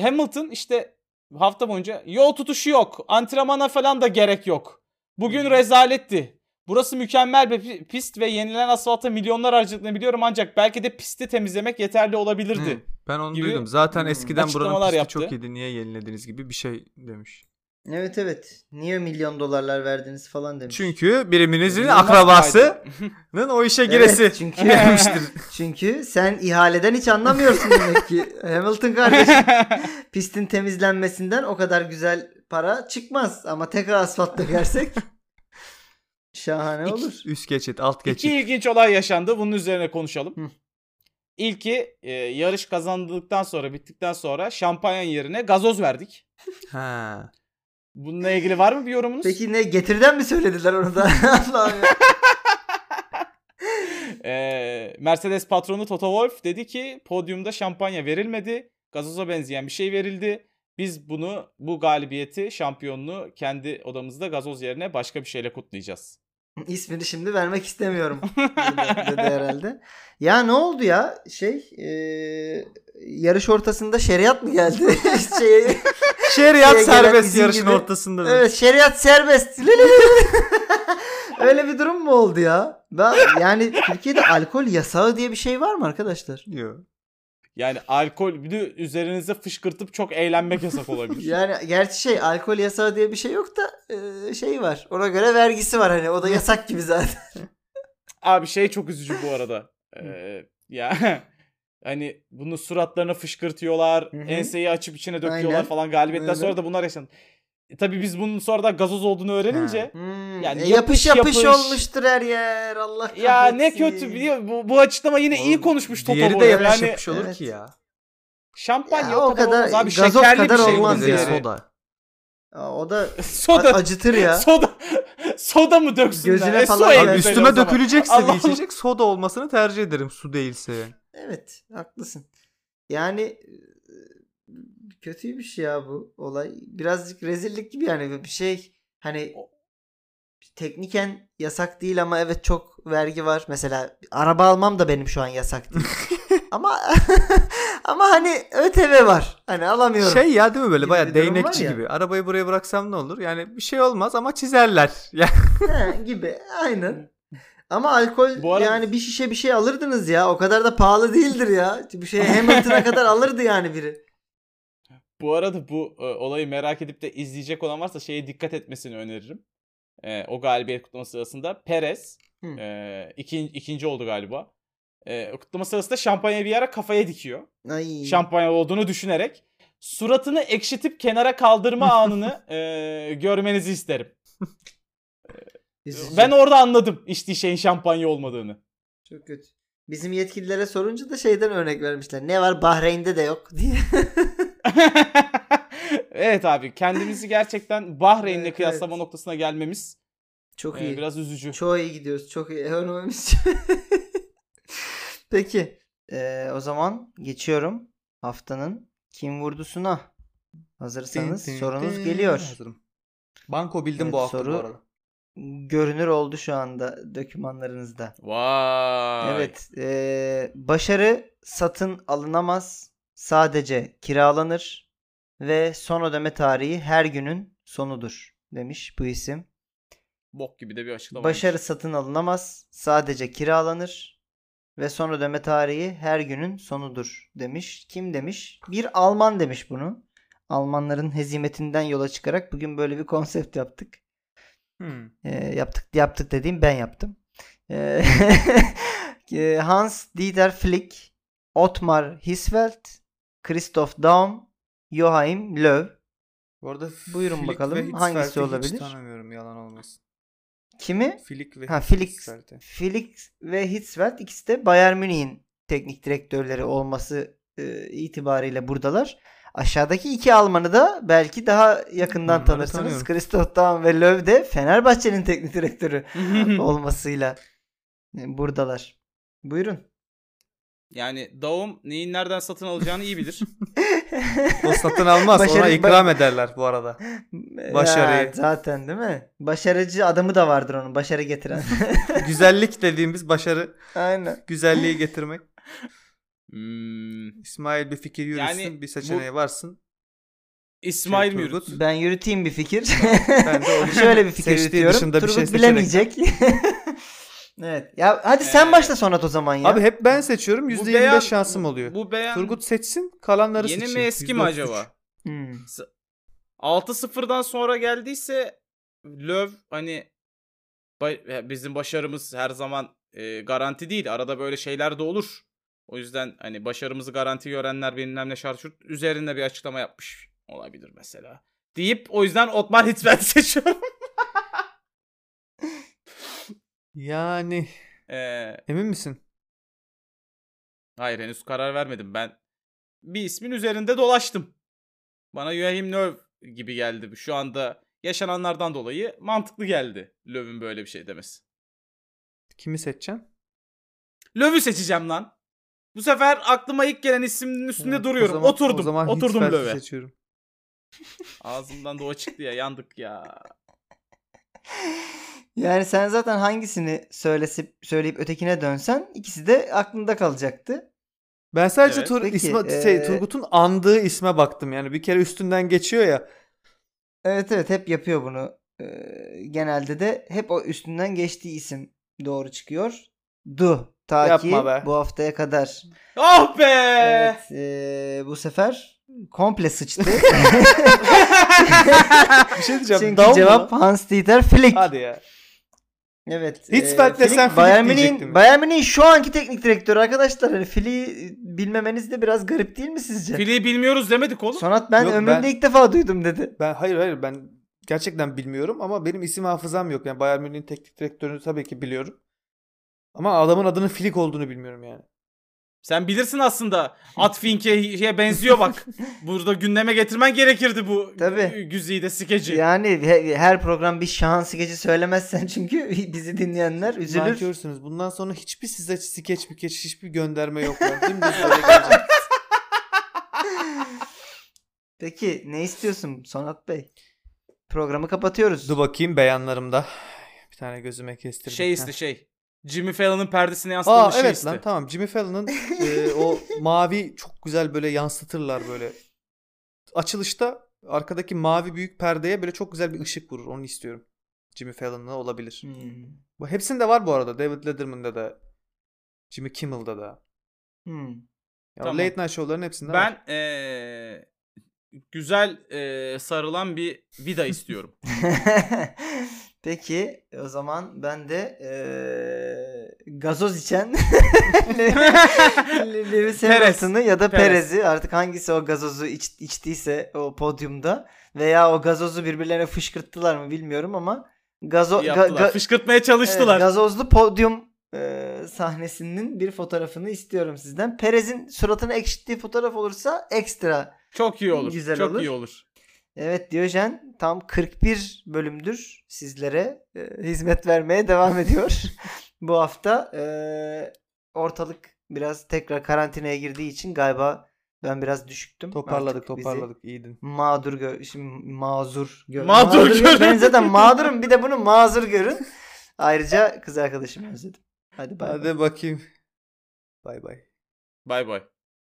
A: Hamilton işte hafta boyunca yol tutuşu yok, antrenmana falan da gerek yok. Bugün rezaletti. Burası mükemmel bir pi- pist ve yenilen asfalta milyonlar harcadığını biliyorum ancak belki de pisti temizlemek yeterli olabilirdi.
D: Hı, Ben onu
A: gibi
D: duydum. Zaten
C: hmm,
D: eskiden buranın
A: açıklamalar
D: pisti
A: yaptı.
D: çok iyiydi. Niye yenilediniz gibi bir şey demiş.
C: Evet evet. Niye milyon dolarlar verdiniz falan demiş.
D: Çünkü biriminizin
A: İnanılmaz
D: akrabasının o işe giresi
C: Evet, çünkü-
D: demiştir.
C: Çünkü sen ihaleden hiç anlamıyorsun demek ki. Hamilton kardeşim.
A: kaydı.
C: pistin temizlenmesinden o kadar güzel para çıkmaz. Ama tekrar asfalt dökersek şahane olur.
D: Üst geçit, alt
A: İki
D: geçit.
A: ilginç olay yaşandı. Bunun üzerine konuşalım.
C: Hı.
A: İlki e, yarış kazandıktan sonra bittikten sonra şampanyan yerine gazoz verdik.
D: Ha.
A: Bununla ilgili var mı bir yorumunuz?
C: Peki ne getirden mi söylediler onu da? Allah'ım ya.
A: E, Mercedes patronu Toto Wolff dedi ki podyumda şampanya verilmedi. Gazoza benzeyen bir şey verildi. Biz bunu bu galibiyeti şampiyonluğu kendi odamızda gazoz yerine başka bir şeyle kutlayacağız.
C: İsmini şimdi vermek istemiyorum. dedi, dedi herhalde. Ya ne oldu ya? Şey e, yarış ortasında şeriat mı geldi? şey,
B: Şeriat
C: Şeye gelen
B: serbest
C: izin
B: yarışın
C: gibi.
B: ortasında. demiş.
C: evet şeriat serbest. Öyle bir durum mu oldu ya? Ben, yani Türkiye'de alkol yasağı diye bir şey var mı arkadaşlar?
D: Yok.
A: Yani alkol bir de üzerinize fışkırtıp çok eğlenmek yasak olabilir.
C: Yani gerçi şey alkol yasağı diye bir şey yok da e, şey var. Ona göre vergisi var hani o da yasak gibi zaten.
A: Abi şey çok üzücü bu arada. Ee, ya Hani bunu suratlarına fışkırtıyorlar.
C: Hı hı.
A: Enseyi açıp içine döküyorlar
C: Aynen.
A: falan. Galibiyetten
C: Öyle.
A: sonra da bunlar yaşandı. E, tabii biz bunun sonra da gazoz olduğunu öğrenince
C: Hmm,
A: Yani
C: e, yapış, yapış
A: yapış-
C: olmuştur her yer. Allah kahretsin.
A: ya ne kötü biliyor musun? bu, bu açıklama yine Hani iyi
D: Oğlum,
A: konuşmuş Toto
D: Diğeri
A: bu
D: de
A: arada.
D: yapış
A: Yani
D: yapış olur
C: Evet.
D: ki ya.
A: şampanya
C: Ya,
A: o
C: o
A: kadar,
C: kadar-
A: olmaz abi
C: gazoz
A: şekerli
C: kadar
A: bir şey
C: olmaz
A: olur
D: Olmaz ya.
C: yani.
A: diğeri.
D: Soda.
C: Aa, o da
A: Soda.
C: acıtır ya.
A: Soda soda mı döksünler?
C: Gözüne
A: E,
C: falan
A: soya
C: Evet,
D: Abi
C: öyle
A: döksün o
D: üstüme
A: zaman.
D: dökülecekse
A: Allah
D: bir içecek soda olmasını tercih ederim su değilse. yani.
C: Evet haklısın. Yani e, kötüymüş ya bu olay. Birazcık rezillik gibi yani bir şey hani tekniken yasak değil ama evet çok vergi var. Mesela araba almam da benim şu an yasak değil. ama ama hani ÖTV var. Hani alamıyorum.
D: Şey ya değil mi böyle
C: Gibi bir
D: baya
C: durum var
D: değnekçi
C: ya.
D: gibi. Arabayı buraya bıraksam ne olur? Yani bir şey olmaz ama çizerler. Yani
C: He, gibi aynen. Ama alkol
A: Bu arada-
C: yani bir şişe bir şey alırdınız ya. O kadar da pahalı değildir ya. Bir şey Hamilton'a kadar alırdı yani biri.
A: Bu arada bu e, olayı merak edip de izleyecek olan varsa şeye dikkat etmesini öneririm. E, o galibiyet kutlaması sırasında Perez
C: Hı.
A: e, ikin- ikinci oldu galiba. E, o kutlama sırasında şampanyayı bir ara kafaya dikiyor.
C: Ay.
A: Şampanya olduğunu düşünerek suratını ekşitip kenara kaldırma anını e, görmenizi isterim.
C: Üzücü.
A: Ben orada anladım içtiği şeyin şampanya olmadığını.
C: Çok kötü. Bizim yetkililere sorunca da şeyden örnek vermişler. Ne var Bahreyn'de de yok diye.
A: evet abi kendimizi gerçekten Bahreyn'le
C: Evet,
A: kıyaslama
C: evet.
A: noktasına gelmemiz
C: Çok
A: e,
C: iyi.
A: biraz üzücü.
C: Çok iyi gidiyoruz. Çok iyi. Örneğimiz. Peki. Ee, o zaman geçiyorum haftanın kim vurdusuna. Hazırsanız
B: Tin, tin,
C: sorunuz
B: tin.
C: geliyor.
B: Hazırım. Banko bildim
C: Evet,
B: bu hafta
C: soru-
B: bu arada.
C: Görünür oldu şu anda dokümanlarınızda.
A: Vay.
C: Evet. eee, başarı satın alınamaz. Sadece kiralanır. Ve son ödeme tarihi her günün sonudur demiş bu isim.
A: Bok gibi de bir açıklama.
C: Başarı satın alınamaz. Sadece kiralanır. Ve son ödeme tarihi her günün sonudur demiş. Kim demiş? Bir Alman demiş bunu. Almanların hezimetinden yola çıkarak bugün böyle bir konsept yaptık.
D: Hmm.
C: E, yaptık yaptık dediğim ben yaptım. E, e, Hans Dieter Flick, Otmar Hitzfeld, Christoph Daum, Joachim Löw.
B: Bu arada
C: Buyurun
B: Flick
C: bakalım
B: ve Hitzfeld'i
C: hangisi
B: hiç
C: olabilir?
B: tanımıyorum yalan olmasın.
C: Kimi?
B: Flick ve
C: Ha Flick,
B: Hitzfeld'i.
C: Flick ve Hitzfeld ikisi de Bayern Münih'in teknik direktörleri olması e, itibariyle buradalar. Aşağıdaki iki Alman'ı da belki daha yakından
D: Onları
C: tanırsınız.
D: tanıyorum.
C: Christoph Daum ve Löw de Fenerbahçe'nin teknik direktörü.
A: almış.
C: olmasıyla e, buradalar. Buyurun.
A: yani Daum neyin nereden satın alacağını iyi bilir.
D: O satın almaz ona
C: Başarı-
D: ikram ederler bu arada. Başarıyı.
C: Ya, zaten değil mi? Başarıcı adamı da vardır onun başarı getiren.
D: Güzellik dediğimiz başarı
C: Aynen.
D: güzelliği getirmek.
A: Hmm.
D: İsmail bir fikir yürütsün
A: Yani
D: bir seçeneğe varsın.
A: İsmail
D: Şey,
A: Mürüt.
D: Turgut.
C: Ben yürüteyim bir fikir.
D: Ben de o
C: Şöyle bir fikir
D: Seçtiği
C: yürütüyorum.
D: dışında bir
C: Turgut
D: şey seçerek.
C: bilemeyecek. evet. Ya hadi sen
A: Ee,
C: başla Sonat o zaman ya.
D: Abi hep ben seçiyorum
A: Bu
D: %25
A: beyan-
D: şansım oluyor.
A: Bu beyan
D: Turgut seçsin kalanları
A: yeni
D: seçeyim.
A: mi eski mi
D: %33.
A: acaba?
C: Hmm.
A: 6-0'dan sonra geldiyse Löw hani ba- bizim başarımız her zaman e, garanti değil. Arada böyle şeyler de olur. O yüzden hani başarımızı garanti görenler benimle şarşurt üzerinde bir açıklama yapmış olabilir mesela. Deyip o yüzden Otmar Hitzfeld seçiyorum.
D: Yani
A: Eee
D: emin misin?
A: Hayır henüz karar vermedim ben. Bir ismin üzerinde dolaştım. Bana Joachim Löw gibi geldi. Şu anda yaşananlardan dolayı mantıklı geldi Löw'ün böyle bir şey demesi.
D: Kimi seçeceksin?
A: Löw'ü seçeceğim lan. Bu sefer aklıma ilk gelen ismin üstünde
D: Ya, o
A: duruyorum.
D: zaman-
A: oturdum.
D: O zaman
A: oturdum
D: Hitzfeld'i
A: Löw'e.
D: seçiyorum.
A: Ağzımdan da o çıktı ya yandık ya.
C: Yani sen zaten hangisini söylesip söyleyip ötekine dönsen ikisi de aklında kalacaktı.
D: Ben sadece
A: Evet.
D: Tur-
C: Peki,
D: İsma- şey,
C: ee,
D: Turgut'un andığı isme baktım. Yani bir kere üstünden geçiyor ya.
C: Evet evet hep yapıyor bunu. Ee, genelde de hep o üstünden geçtiği isim doğru çıkıyor. Du. Ta
D: Yapma
C: ki
D: be.
C: bu haftaya kadar.
A: Ah be!
C: Evet, ee, bu sefer komple sıçtı.
D: Bir şey diyeceğim.
C: Çünkü
D: Daum mu?
C: cevap Hans Dieter Flick.
D: Hadi ya.
C: Evet.
B: Hitzfeld
C: Flick-
B: desen Flick
C: Bayern Münih'in
B: diyecektim.
C: Bayern Münih'in şu anki teknik direktörü arkadaşlar. Hani Fili bilmemeniz de biraz garip değil mi sizce?
A: Fili'yi bilmiyoruz demedik oğlum.
C: Sonat ben
B: Yok,
C: ömrümde
B: ben-
C: ilk defa duydum dedi.
B: Ben hayır hayır ben gerçekten bilmiyorum ama benim isim hafızam yok. Yani Bayern Münih'in teknik direktörünü tabii ki biliyorum. Ama adamın adının Flick olduğunu bilmiyorum yani.
A: Sen bilirsin aslında. Atfink'e benziyor bak. Burada gündeme getirmen gerekirdi bu
C: Tabii.
A: güziyi de skeci.
B: Şey-
C: Yani he- her program bir şans gece söylemezsen çünkü bizi dinleyenler üzülür.
B: Nankörsunuz. Bundan sonra hiçbir size skeç bir keç hiçbir gönderme yok. Yani. Dümdüz böyle gelecek.
C: Peki ne istiyorsun Sonat Bey? Programı kapatıyoruz.
B: Dur bakayım beyanlarımda. Bir tane gözüme kestirdim.
A: Şey
B: Heh.
A: iste şey. Jimmy Fallon'ın perdesine
B: Aa
A: yansıtılmış şey
B: evet
A: iste.
B: lan tamam Jimmy Fallon'ın e, o mavi çok güzel böyle yansıtırlar böyle. Açılışta arkadaki mavi büyük perdeye böyle çok güzel bir ışık vurur. Onu istiyorum. Jimmy Fallon'la olabilir.
C: Hmm.
B: Bu hepsinde var bu arada. David Letterman'da da. Jimmy Kimmel'da da.
C: Hmm.
B: Ya o
A: Tamam.
B: Late Night şovların hepsinde var.
A: Ben eee, güzel eee, sarılan bir vida istiyorum.
C: Peki o zaman ben de eee, gazoz içen Lewis
A: Perez.
C: Hamilton'ı ya da
A: Perez.
C: Perez'i artık hangisi o gazozu iç- içtiyse o podyumda veya o gazozu birbirlerine fışkırttılar mı bilmiyorum ama gazo ga-
A: Yaptılar.
C: ga-
A: Fışkırtmaya çalıştılar.
C: Evet, gazozlu podyum e, sahnesinin bir fotoğrafını istiyorum sizden. Perez'in suratını ekşittiği fotoğraf olursa ekstra.
A: Çok iyi olur.
C: Güzel
A: Çok
C: olur.
A: iyi olur.
C: Evet Diyojen tam 41 bölümdür sizlere e, hizmet vermeye devam ediyor. Bu hafta e, ortalık biraz tekrar karantinaya girdiği için galiba ben biraz düşüktüm.
B: Toparladık
C: Artık bizi
B: toparladık iyiydin.
C: Mağdur gö şimdi mazur görün.
A: Mağdur görün.
C: Ben zaten mağdurum bir de bunu mazur görün. Ayrıca kız arkadaşımı özledim. Hadi bay bay.
B: Hadi bakayım. Bay bay.
A: Bay bay.